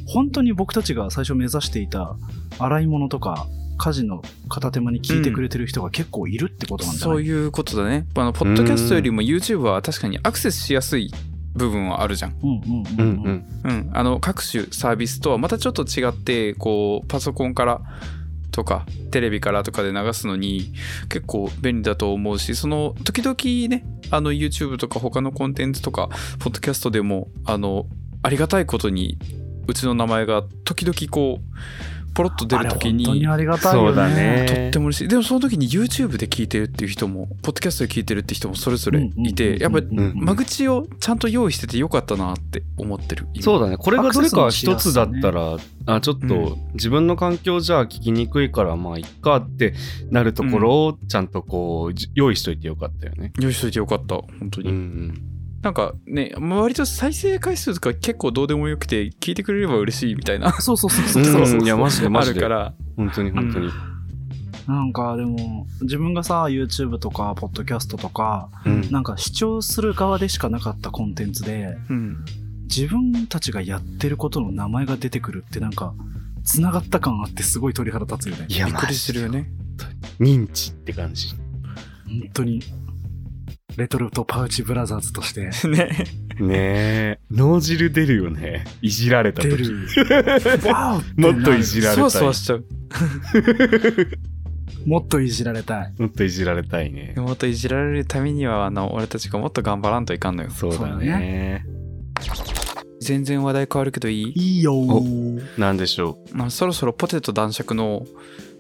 Speaker 2: 本当に僕たちが最初目指していた洗い物とか、家事の片手間に聞いてくれてる人が結構いるってことなんじゃない、
Speaker 1: そういうことだね。あの、ポッドキャストよりも YouTube は確かにアクセスしやすい部分はあるじゃん。
Speaker 2: うん
Speaker 3: う
Speaker 2: うんう
Speaker 3: ん
Speaker 2: ん
Speaker 3: う
Speaker 2: うん。
Speaker 3: ん。
Speaker 1: うん、あの各種サービスとはまたちょっと違ってこうパソコンからとかテレビからとかで流すのに結構便利だと思うしその時々ねあの YouTube とか他のコンテンツとかポッドキャストでもあのありがたいことにうちの名前が時々こうポロッと出る時
Speaker 2: あれ本当
Speaker 1: に
Speaker 2: にありがたいよね。
Speaker 3: そうだね。
Speaker 1: とっても嬉しいでもその時に YouTube で聞いてるっていう人もポッドキャストで聞いてるって人もそれぞれいてやっぱ
Speaker 2: うんうん
Speaker 1: 間口をちゃんと用意しててよかったなって思ってる今
Speaker 3: そうだね。これがどれか一つだっ
Speaker 2: ア
Speaker 3: たら、あ、ちょっと自分の環境じゃ聞きにくいから、まあ、いっかってなるところをちゃんとこう、じ用意しといてよかったよね。
Speaker 1: 用意しといてよかった本当に、
Speaker 3: うん
Speaker 1: なんかねまあ割と再生回数とか結構どうでもよくて聞いてくれれば嬉しいみたいな
Speaker 2: そうそうそう
Speaker 3: う
Speaker 2: そ
Speaker 3: ん。
Speaker 2: う
Speaker 1: そ
Speaker 2: そうう
Speaker 1: そうそう
Speaker 3: いや、マジでマ
Speaker 1: ある
Speaker 3: ジ
Speaker 1: か
Speaker 3: で。
Speaker 1: ら
Speaker 3: 本当に本当に。
Speaker 2: なんかでも自分がさ YouTube とかポッドキャストとか
Speaker 3: うん
Speaker 2: なんか視聴する側でしかなかったコンテンツで
Speaker 1: うん
Speaker 2: 自分たちがやってることの名前が出てくるってなんか繋がった感あってすごい鳥肌立つよね
Speaker 3: いや、
Speaker 1: びっ
Speaker 3: マ
Speaker 1: くりす
Speaker 3: ジ
Speaker 1: る
Speaker 3: で
Speaker 1: よね
Speaker 3: 認知って感じ。
Speaker 2: 本当にレトルトパウチブラザーズとして
Speaker 1: ね
Speaker 3: ねえ。脳汁出るよね。いじられた
Speaker 2: 出
Speaker 3: 時。
Speaker 2: る わおってなる
Speaker 3: もっといじられたい。
Speaker 1: そわそわしちゃう
Speaker 2: もっといじられたい
Speaker 3: もっといじられたいね。
Speaker 1: もっといじられるためにはあの俺たちがもっと頑張らんといかんのよ
Speaker 3: そうだ
Speaker 2: そうだ
Speaker 3: ね。
Speaker 1: 全然話題変わるけどいい、
Speaker 2: いいよ
Speaker 3: お
Speaker 2: ー
Speaker 3: なんでしょ
Speaker 1: まあ、そろそろポテト男爵の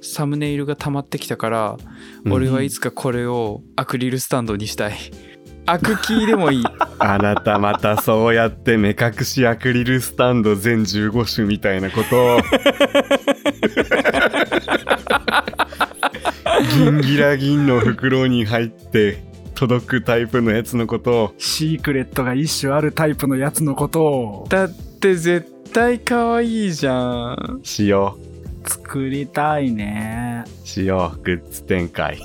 Speaker 1: サムネイルが溜まってきたから、
Speaker 3: うん
Speaker 1: 俺はいつかこれをアクリルスタンドにしたいアクキーで もいい
Speaker 3: う。あなたまたそうやって目隠しアクリルスタンド全15種みたいなことを。ギンギラギンの袋に入って届くタイプのやつのことを。
Speaker 2: シークレットが一種あるタイプのやつのことを
Speaker 1: だって絶対可愛いじゃん
Speaker 3: しよ
Speaker 2: 作りたいね
Speaker 3: う。しよう。グッズ展開。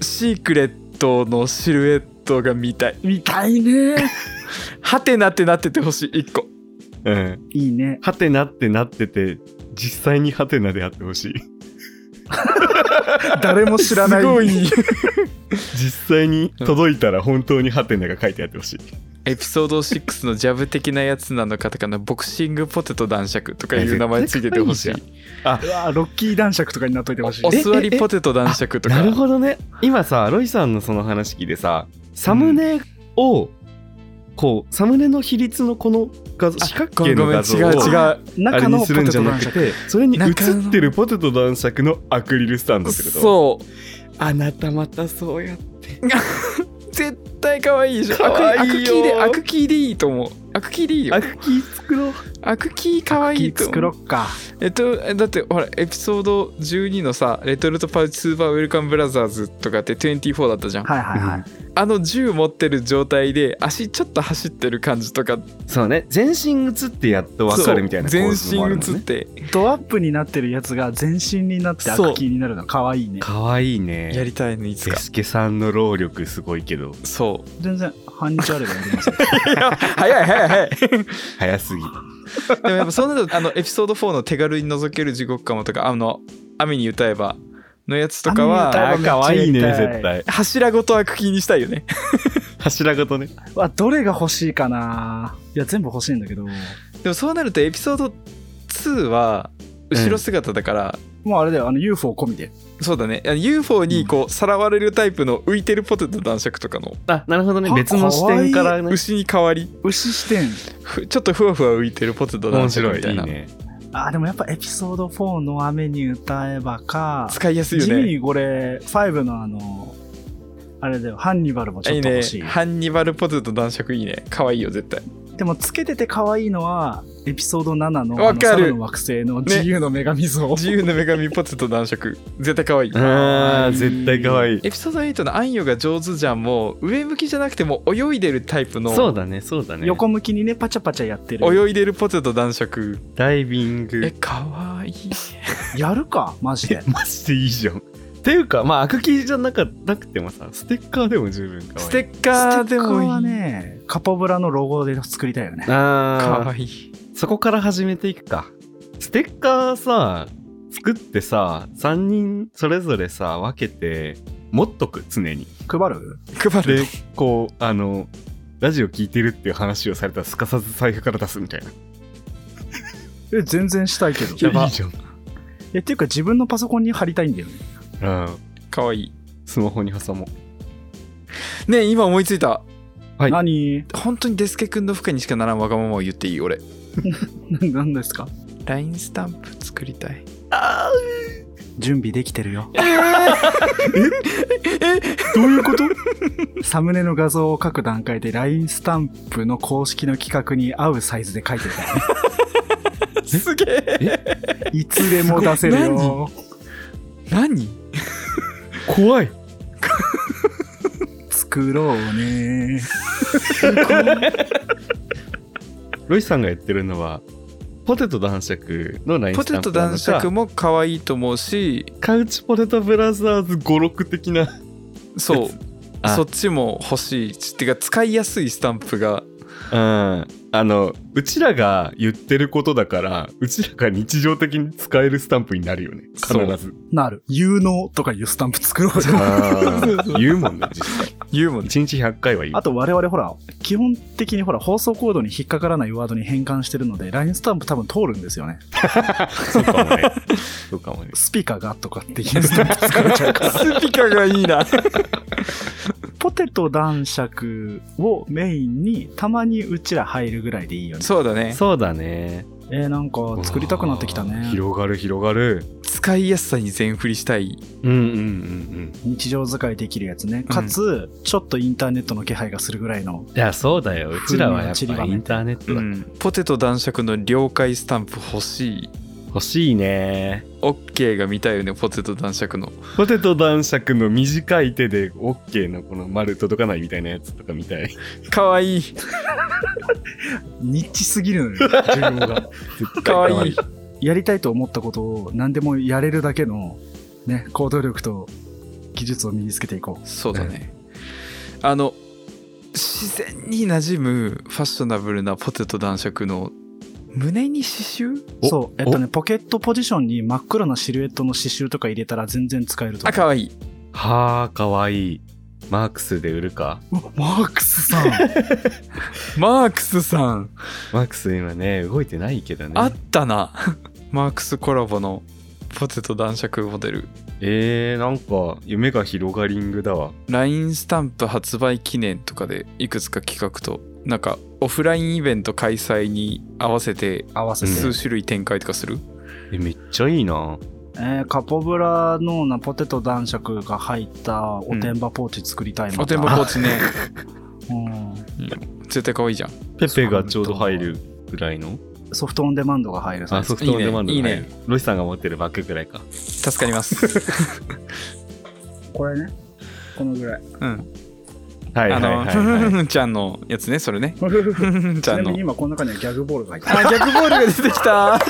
Speaker 1: シークレットのシルエットが見たい。
Speaker 2: 見た いね
Speaker 1: ハテナってなっててほしい、一個。
Speaker 3: うん。
Speaker 2: いいね
Speaker 3: ハテナってなってて実際にハテナであってほしい
Speaker 2: 誰も知らない
Speaker 1: すご い。
Speaker 3: 実際に届いたら本当にハテナが書いてあってほしい
Speaker 1: エピソード6のジャブ的なやつなのかとかのボクシングポテト男爵とかいう名前ついててほ しい。
Speaker 2: うわロッキー男爵とかになっといてほしい
Speaker 1: お
Speaker 3: え
Speaker 1: 座りポテト男爵とか。
Speaker 3: なるほどね今さロイさんのその話聞いてさサムネを、こうサムネの比率のこの画像
Speaker 1: あ
Speaker 3: 四角形の
Speaker 1: ごめん
Speaker 3: 画像を
Speaker 1: 違う違う。
Speaker 3: あ
Speaker 2: 中
Speaker 3: れ
Speaker 2: の
Speaker 3: に
Speaker 2: ポ
Speaker 3: す
Speaker 2: テ
Speaker 3: るん
Speaker 2: ト
Speaker 3: じゃな
Speaker 2: 男
Speaker 3: く
Speaker 2: 爵
Speaker 3: てそれに映っ
Speaker 1: 中の
Speaker 3: てるポテト男爵のアクリルスタンドってことう
Speaker 1: そう。
Speaker 3: あなたまたそうやって
Speaker 1: 絶対可愛いじゃん。
Speaker 3: 可
Speaker 1: ア
Speaker 3: 愛
Speaker 1: ク
Speaker 3: い
Speaker 1: キーで、
Speaker 3: よ
Speaker 1: アクキーでいいと思う。アクキーでいいよ
Speaker 3: ア。クキー作ろう
Speaker 1: アクキー可愛いと
Speaker 2: 作ろ
Speaker 1: 思う。
Speaker 2: っか
Speaker 1: えっと、えだってほら、エピソード12のさ、レトルトパウチスーパーウェルカムブラザーズとかって24だったじゃん。
Speaker 2: はいはいはい、
Speaker 1: あの銃持ってる状態で足ちょっと走ってる感じとか
Speaker 3: そうね全身映ってやっとわかるみたいな
Speaker 1: そう
Speaker 3: 構図
Speaker 1: 全
Speaker 3: もあるもんね
Speaker 1: 身映って
Speaker 2: ドアップになってるやつが全身になってア
Speaker 1: そう
Speaker 2: クキーになるのかわいいね
Speaker 3: かわいいね
Speaker 1: やりたいのいつ
Speaker 3: ゼ
Speaker 1: か
Speaker 3: スケさんの労力すごいけど
Speaker 1: そう
Speaker 2: 全然半日あればやり ますよ
Speaker 1: 早い早い早い
Speaker 3: 早すぎ
Speaker 1: でもやっぱそんなのあのエピソード4の手軽に覗ける地獄かもとかあの雨に歌えばのやつとかは
Speaker 2: あ
Speaker 3: あー、かわいいね、
Speaker 2: めっちゃ痛
Speaker 3: 絶
Speaker 2: い
Speaker 3: 対。
Speaker 1: 柱ごとは茎にしたいよね
Speaker 3: 柱ごとね。
Speaker 2: わどれが欲しいかないや全部欲しいんだけど
Speaker 1: でもそうなるとエピソード2は後ろ姿だから、
Speaker 2: もうあれだよあの UFO 込みで
Speaker 1: そうだねあの UFO にこうさらわれるタイプの浮いてるポテト男爵とかの
Speaker 3: あ、なるほどね。
Speaker 2: あ
Speaker 3: 別の視点からね。
Speaker 1: 牛に変わり
Speaker 2: 牛視点
Speaker 1: ふちょっとふわふわ浮いてるポテト
Speaker 3: 面
Speaker 1: 男爵
Speaker 3: 白い。
Speaker 1: みた
Speaker 3: い
Speaker 1: い
Speaker 3: い
Speaker 1: な
Speaker 3: ね。
Speaker 2: あーでもやっぱエピソード4の雨に歌えばか
Speaker 1: 使いやすいよ
Speaker 2: 地味
Speaker 1: ね
Speaker 2: にこれ5のあのあれだよハンニバルもち
Speaker 1: い
Speaker 2: ょ
Speaker 1: い
Speaker 2: っと
Speaker 1: ね
Speaker 2: 欲しい
Speaker 1: ハンニバルポテト男爵いいね可愛いよ絶対
Speaker 2: でもつけてて可愛いのはエピソード7の
Speaker 1: わかる
Speaker 2: あの猿の惑星の自由の女神像、
Speaker 1: 自由の女神ポテト男爵絶対可愛い
Speaker 3: あー、絶対かわいい。
Speaker 1: エピソード8の「あんよが上手じゃん」も上向きじゃなくても泳いでるタイプ
Speaker 3: そ
Speaker 1: の
Speaker 3: うだね、そうだね。
Speaker 2: 横向きにねパチャパチャやってる
Speaker 1: 泳いでるポテト男爵
Speaker 3: ダイビン
Speaker 1: え
Speaker 3: グ。
Speaker 1: 可愛い
Speaker 2: やるかマジで
Speaker 3: マジでいいじゃん。っていうか、まあ、赤木じゃなかなくてもさ、ステッカーでも十分かわい
Speaker 1: ス
Speaker 3: い。
Speaker 1: テッカーでも
Speaker 2: ステッカーはい
Speaker 1: い
Speaker 2: ねカポブラのロゴで作りたいよね
Speaker 1: 可
Speaker 3: あ
Speaker 1: 愛い
Speaker 3: ーそこから始めていくか。ステッカーさ、作ってさ、3人それぞれさ、分けて、持っとく、常に。
Speaker 2: 配る
Speaker 1: 配る
Speaker 3: で、こう、あの、ラジオ聞いてるっていう話をされたら、すかさず財布から出すみたいな。
Speaker 2: え全然したいけど
Speaker 1: やば
Speaker 3: いいじゃん。
Speaker 2: えっていうか自分のパソコンに貼りたいんだよね
Speaker 3: うん。
Speaker 1: 可愛い
Speaker 3: スマホに挟もう。
Speaker 1: ねえ今思いついた
Speaker 3: はい
Speaker 2: 何
Speaker 1: 本当にデスケ君の負荷にしかならんわがままを言っていい俺
Speaker 2: 何ですか
Speaker 1: LINE スタンプ作りたい
Speaker 2: 準備できてるよ
Speaker 1: え
Speaker 2: どういうことサムネの画像を書く段階で LINE スタンプの公式の企画に合うサイズで書いてる からね
Speaker 1: すげえ
Speaker 2: いつでも出せる
Speaker 1: す
Speaker 2: よ
Speaker 1: 何
Speaker 3: 怖い。
Speaker 2: 作ろうね
Speaker 3: ロイさんがやってるのは、ポテト男爵のライン
Speaker 1: ポ
Speaker 3: スタ
Speaker 1: テ
Speaker 3: ンプ
Speaker 1: ト
Speaker 3: なのか
Speaker 1: 男爵も可愛いと思うし
Speaker 3: カウチポテトブラザーズ5、6的な。
Speaker 1: そう
Speaker 3: あ
Speaker 1: そっちも欲しいしっていうか使いやすいスタンプが
Speaker 3: うん。あの、うちらが言ってることだから、うちらが日常的に使えるスタンプになるよね。必
Speaker 1: そう
Speaker 3: ず。
Speaker 2: なる有能とかいうスタンプ作ろうじゃん
Speaker 3: 言うもんね、実際。
Speaker 1: 言うもんね
Speaker 3: 1日100回は言う
Speaker 2: あ。と我々ほら基本的にほら放送コードに引っかからないワードに変換してるので LINE スタンプ多分通るんですよね
Speaker 3: そうかもね。そうかもね。
Speaker 2: スピカがとかっていうスタンプ作れちゃうから
Speaker 1: スピカがいいな
Speaker 2: ポテト男爵をメインにたまにうちら入るぐらいでいいよね
Speaker 1: そうだね
Speaker 3: そうだね。
Speaker 2: えー、なんか作りたくなってきた
Speaker 3: うわー
Speaker 2: ね
Speaker 3: 広がる、広がる。
Speaker 1: 使いやすさに全振りしたい
Speaker 3: うんうんうん
Speaker 2: 日常使いできるやつねかつ、ちょっとインターネットの気配がするぐらいの
Speaker 3: うん。いや、そうだよ。うちらは
Speaker 2: 風
Speaker 3: や
Speaker 2: 味を散り
Speaker 3: っ
Speaker 2: ば
Speaker 3: ぱ
Speaker 2: めて
Speaker 3: インターネットだ。
Speaker 1: ポテト男爵の了解スタンプ欲しい
Speaker 3: 欲しいね。
Speaker 1: OK が見たいよねポテト男爵の
Speaker 3: ポテト男爵の短い手で OK のこの丸届かないみたいなやつとか見たい。
Speaker 1: かわいい
Speaker 2: ニッチすぎるのよ需要が
Speaker 1: かわいい
Speaker 2: やりたいと思ったことを何でもやれるだけの、ね、行動力と技術を身につけていこう
Speaker 1: そうだねあの自然に馴染むファッショナブルなポテト男爵の胸に刺繍
Speaker 3: お
Speaker 2: そう、えっとね、ポケットポジションに真っ黒なシルエットの刺繍とか入れたら全然使えると
Speaker 1: あかわいい
Speaker 3: はあ、かわいい。マークスで売るか。
Speaker 2: 思う。マークスさん
Speaker 1: マークスさん
Speaker 3: マークス今ね、動いてないけどね。
Speaker 1: あったな マークスコラボのポテト男爵モデル
Speaker 3: えー、なんか夢が広がりングだわ。
Speaker 1: LINE スタンプ発売記念とかでいくつか企画となんかオフラインイベント開催に合わせて
Speaker 2: 合わせて。
Speaker 1: 数種類展開とかする、
Speaker 3: え、めっちゃいいな。
Speaker 2: えーカポブラのなポテト男爵が入ったおてんばポーチ作りたい
Speaker 1: おてんばポー
Speaker 2: チ。
Speaker 1: チね
Speaker 2: うん
Speaker 1: 絶対可愛いじゃん
Speaker 3: ペペがちょうど入るぐらいの。
Speaker 2: ソフトオンデマンドが入るサイ
Speaker 3: あ、
Speaker 2: ズ
Speaker 3: ソフトオンデマンドが入る
Speaker 1: いいね
Speaker 3: ロシさんが持ってるバッグぐらいか。
Speaker 1: 助かります
Speaker 2: これね。このぐらい。
Speaker 1: うん
Speaker 3: はいは
Speaker 1: あ
Speaker 3: い
Speaker 1: の
Speaker 3: はい
Speaker 1: ふんふん
Speaker 3: はい。
Speaker 1: ふんちゃんのやつねそれねふんふんち
Speaker 2: ち
Speaker 1: ゃ
Speaker 2: なんみ
Speaker 1: の
Speaker 2: に今この中にはギャグボールが入ってる。
Speaker 1: あ逆ボールが出てきた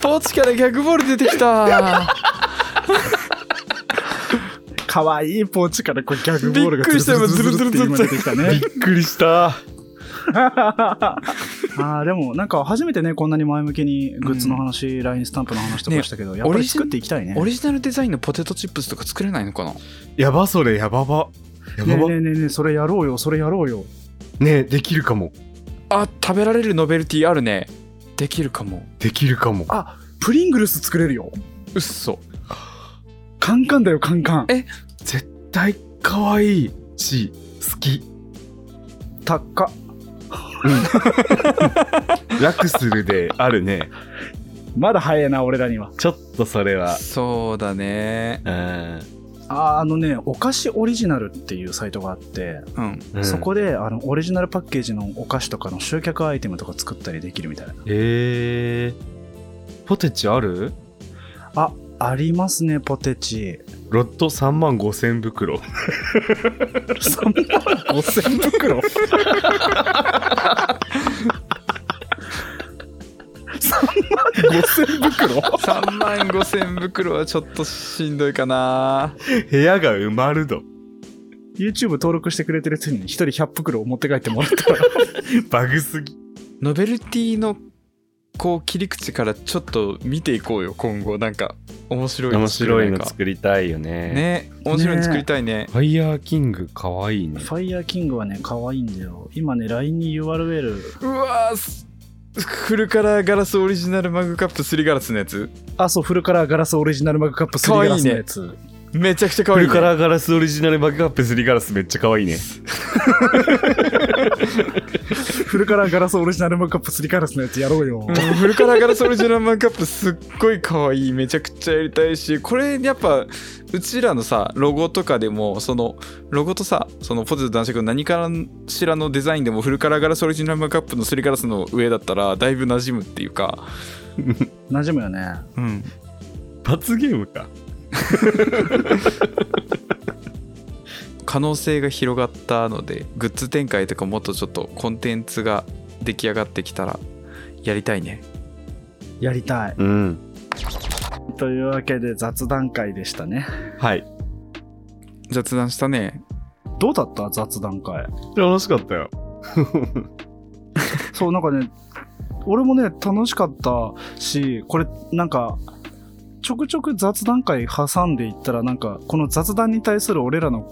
Speaker 1: ポーチから逆ボール出てきた
Speaker 2: かわいいポーチからこうギャグボールが
Speaker 1: びっくりした今ズルズルズルズル
Speaker 2: 今出てきたね
Speaker 3: び。っくりした。
Speaker 2: あーでもなんか初めてねこんなに前向きにグッズの話、ラインスタンプの話とかしたけど、やっぱ
Speaker 1: オリ
Speaker 2: り
Speaker 1: ジン
Speaker 2: 作っていきたいね
Speaker 1: オリジナルデザインのポテトチップスとか作れないのかな
Speaker 3: やばそれやばばや
Speaker 2: ねえ
Speaker 3: ばば
Speaker 2: ねえねえねえそれやろうよそれやろうよ
Speaker 3: ねえできるかも
Speaker 1: あ食べられるノベルティあるねできるかも
Speaker 3: できるかも
Speaker 2: あプリングルス作れるよ
Speaker 1: うっそ
Speaker 2: カンカンだよカンカン
Speaker 1: え
Speaker 3: 絶対可愛いし好き
Speaker 2: たっか
Speaker 3: 楽するであるね
Speaker 2: まだ早いな俺らには
Speaker 3: ちょっとそれは
Speaker 1: そうだね
Speaker 3: うん
Speaker 2: あーあのねお菓子オリジナルっていうサイトがあって、
Speaker 1: うん
Speaker 2: そこであのオリジナルパッケージのお菓子とかの集客アイテムとか作ったりできるみたいな
Speaker 3: えー、ポテチある
Speaker 2: あありますねポテチ
Speaker 3: ロット3万5千袋
Speaker 2: そんな5000袋
Speaker 3: 5000袋
Speaker 1: 3万5千袋はちょっとしんどいかな
Speaker 3: 部屋が埋まるの
Speaker 2: YouTube 登録してくれてる人に1人100袋を持って帰ってもらったら
Speaker 3: バグすぎ
Speaker 1: ノベルティのこう切り口からちょっと見ていこうよ今後なんか面白いの
Speaker 3: 面
Speaker 1: 作れ
Speaker 3: 白い
Speaker 1: ない
Speaker 3: の
Speaker 1: か
Speaker 3: 作りたいよね
Speaker 1: ね面白いの作りたいね
Speaker 3: ファイヤーキングかわいいね
Speaker 2: ファイヤーキングはね可愛いんだよ今ね LINE に URL
Speaker 1: うわーすフルカラーガラスオリジナルマグカップすりガラスのやつ
Speaker 2: あそうフルカラーガラスオリジナルマグカップ
Speaker 1: 可
Speaker 2: 3
Speaker 1: 愛
Speaker 2: ガ
Speaker 1: いね
Speaker 2: ラスのやつ
Speaker 1: めちゃくちゃ可
Speaker 3: フ
Speaker 1: 愛い、
Speaker 3: ル
Speaker 1: ね、
Speaker 3: カラーガラスオリジナルバックアップすりガラスめっちゃかわいいね
Speaker 2: フルカラーガラスオリジナルマグカップ3ガラスのやつやろうよ
Speaker 1: うんフルカラーガラスオリジナルマグカップすっごい可愛いめちゃくちゃやりたいしこれやっぱうちらのさロゴとかでもそのロゴとさそのポテト男爵の何からしらのデザインでもフルカラーガラスオリジナルマグカップのすりガラスの上だったらだいぶ馴染むっていうか
Speaker 2: 馴染むよね
Speaker 1: うん
Speaker 3: 罰ゲームか
Speaker 1: 可能性が広がったのでグッズ展開とかもっとちょっとコンテンツが出来上がってきたらやりたいね
Speaker 2: やりたい
Speaker 3: うん
Speaker 2: というわけで雑談会でしたね
Speaker 3: はい
Speaker 1: 雑談したね
Speaker 2: どうだった雑談会
Speaker 3: 楽しかったよ
Speaker 2: そうなんかね俺もね楽しかったしこれなんかちょくちょく雑談会挟んでいったらなんかこの雑談に対する俺らの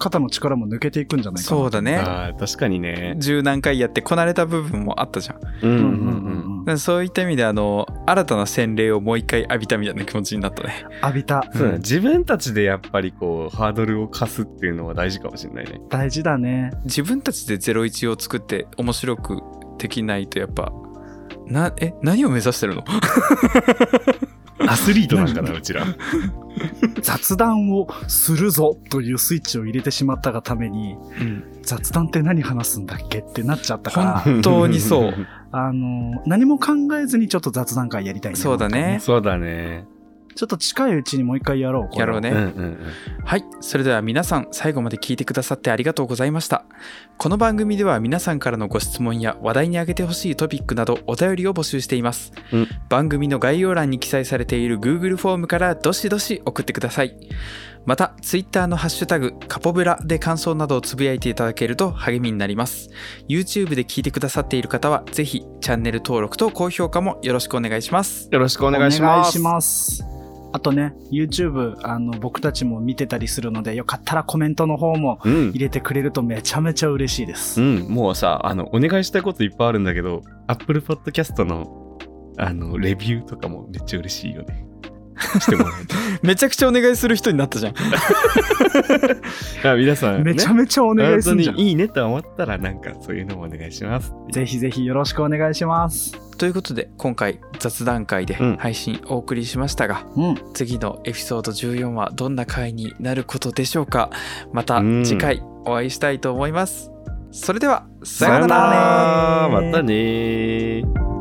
Speaker 2: 肩の力も抜けていくんじゃないかな
Speaker 1: そうだね
Speaker 3: あー確かにね
Speaker 1: 十何回やってこなれた部分もあったじゃん
Speaker 3: うん
Speaker 2: う
Speaker 3: うんん
Speaker 2: う
Speaker 3: うんん
Speaker 2: うんうん
Speaker 1: だからそういった意味であの新たな洗礼をもう一回浴びたみたいな気持ちになったね
Speaker 2: 浴びた
Speaker 3: そうだね自分たちでやっぱりこうハードルを課すっていうのは大事かもしれないね
Speaker 2: 大事だね
Speaker 1: 自分たちで「01」を作って面白くできないとやっぱなえ何を目指してるの
Speaker 3: アスリートなんかなうちら
Speaker 2: 雑談をするぞというスイッチを入れてしまったがために雑談って何話すんだっけってなっちゃったから
Speaker 1: 本当にそう
Speaker 2: あの何も考えずにちょっと雑談会やりたいね
Speaker 1: そうだね
Speaker 3: そうだね
Speaker 2: ちょっと近いうちにもう一回やろう。これ
Speaker 1: やろうね、
Speaker 3: うんうんうん
Speaker 1: はいそれでは皆さん最後まで聞いてくださってありがとうございましたこの番組では皆さんからのご質問や話題に挙げてほしいトピックなどお便りを募集しています、
Speaker 3: うん
Speaker 1: 番組の概要欄に記載されている Google フォームからどしどし送ってくださいまた Twitter のハッシュタグカポブラで感想などをつぶやいていただけると励みになります YouTube で聞いてくださっている方はぜひチャンネル登録と高評価もよろしくお願いします
Speaker 3: よろしくお
Speaker 2: お
Speaker 3: 願いします
Speaker 2: すあとね、YouTube、あの、僕たちも見てたりするので、よかったらコメントの方も
Speaker 3: うん
Speaker 2: 入れてくれるとめちゃめちゃ嬉しいです。
Speaker 3: うん、もうさ、あの、お願いしたいこといっぱいあるんだけど、Apple Podcast の、あの、レビューとかもめっちゃ嬉しいよね。してもらえ
Speaker 1: めちゃくちゃお願いする人になったじゃん
Speaker 3: たあ皆さん、
Speaker 2: めちゃ
Speaker 3: ね
Speaker 2: めちゃお願いするんじゃ
Speaker 3: 本
Speaker 2: ん
Speaker 3: 当。にいいねと思ったら、なんかそういうのもお願いします。
Speaker 2: ぜひぜひよろしくお願いします。
Speaker 1: ということで今回雑談会で
Speaker 3: うん
Speaker 1: 配信お送りしましたが、
Speaker 2: うん。
Speaker 1: 次のエピソード14はどんな回になることでしょうかまた
Speaker 3: うん
Speaker 1: 次回お会いしたいと思います、それではさ
Speaker 3: さ
Speaker 1: ようなら
Speaker 3: ようならまたねー。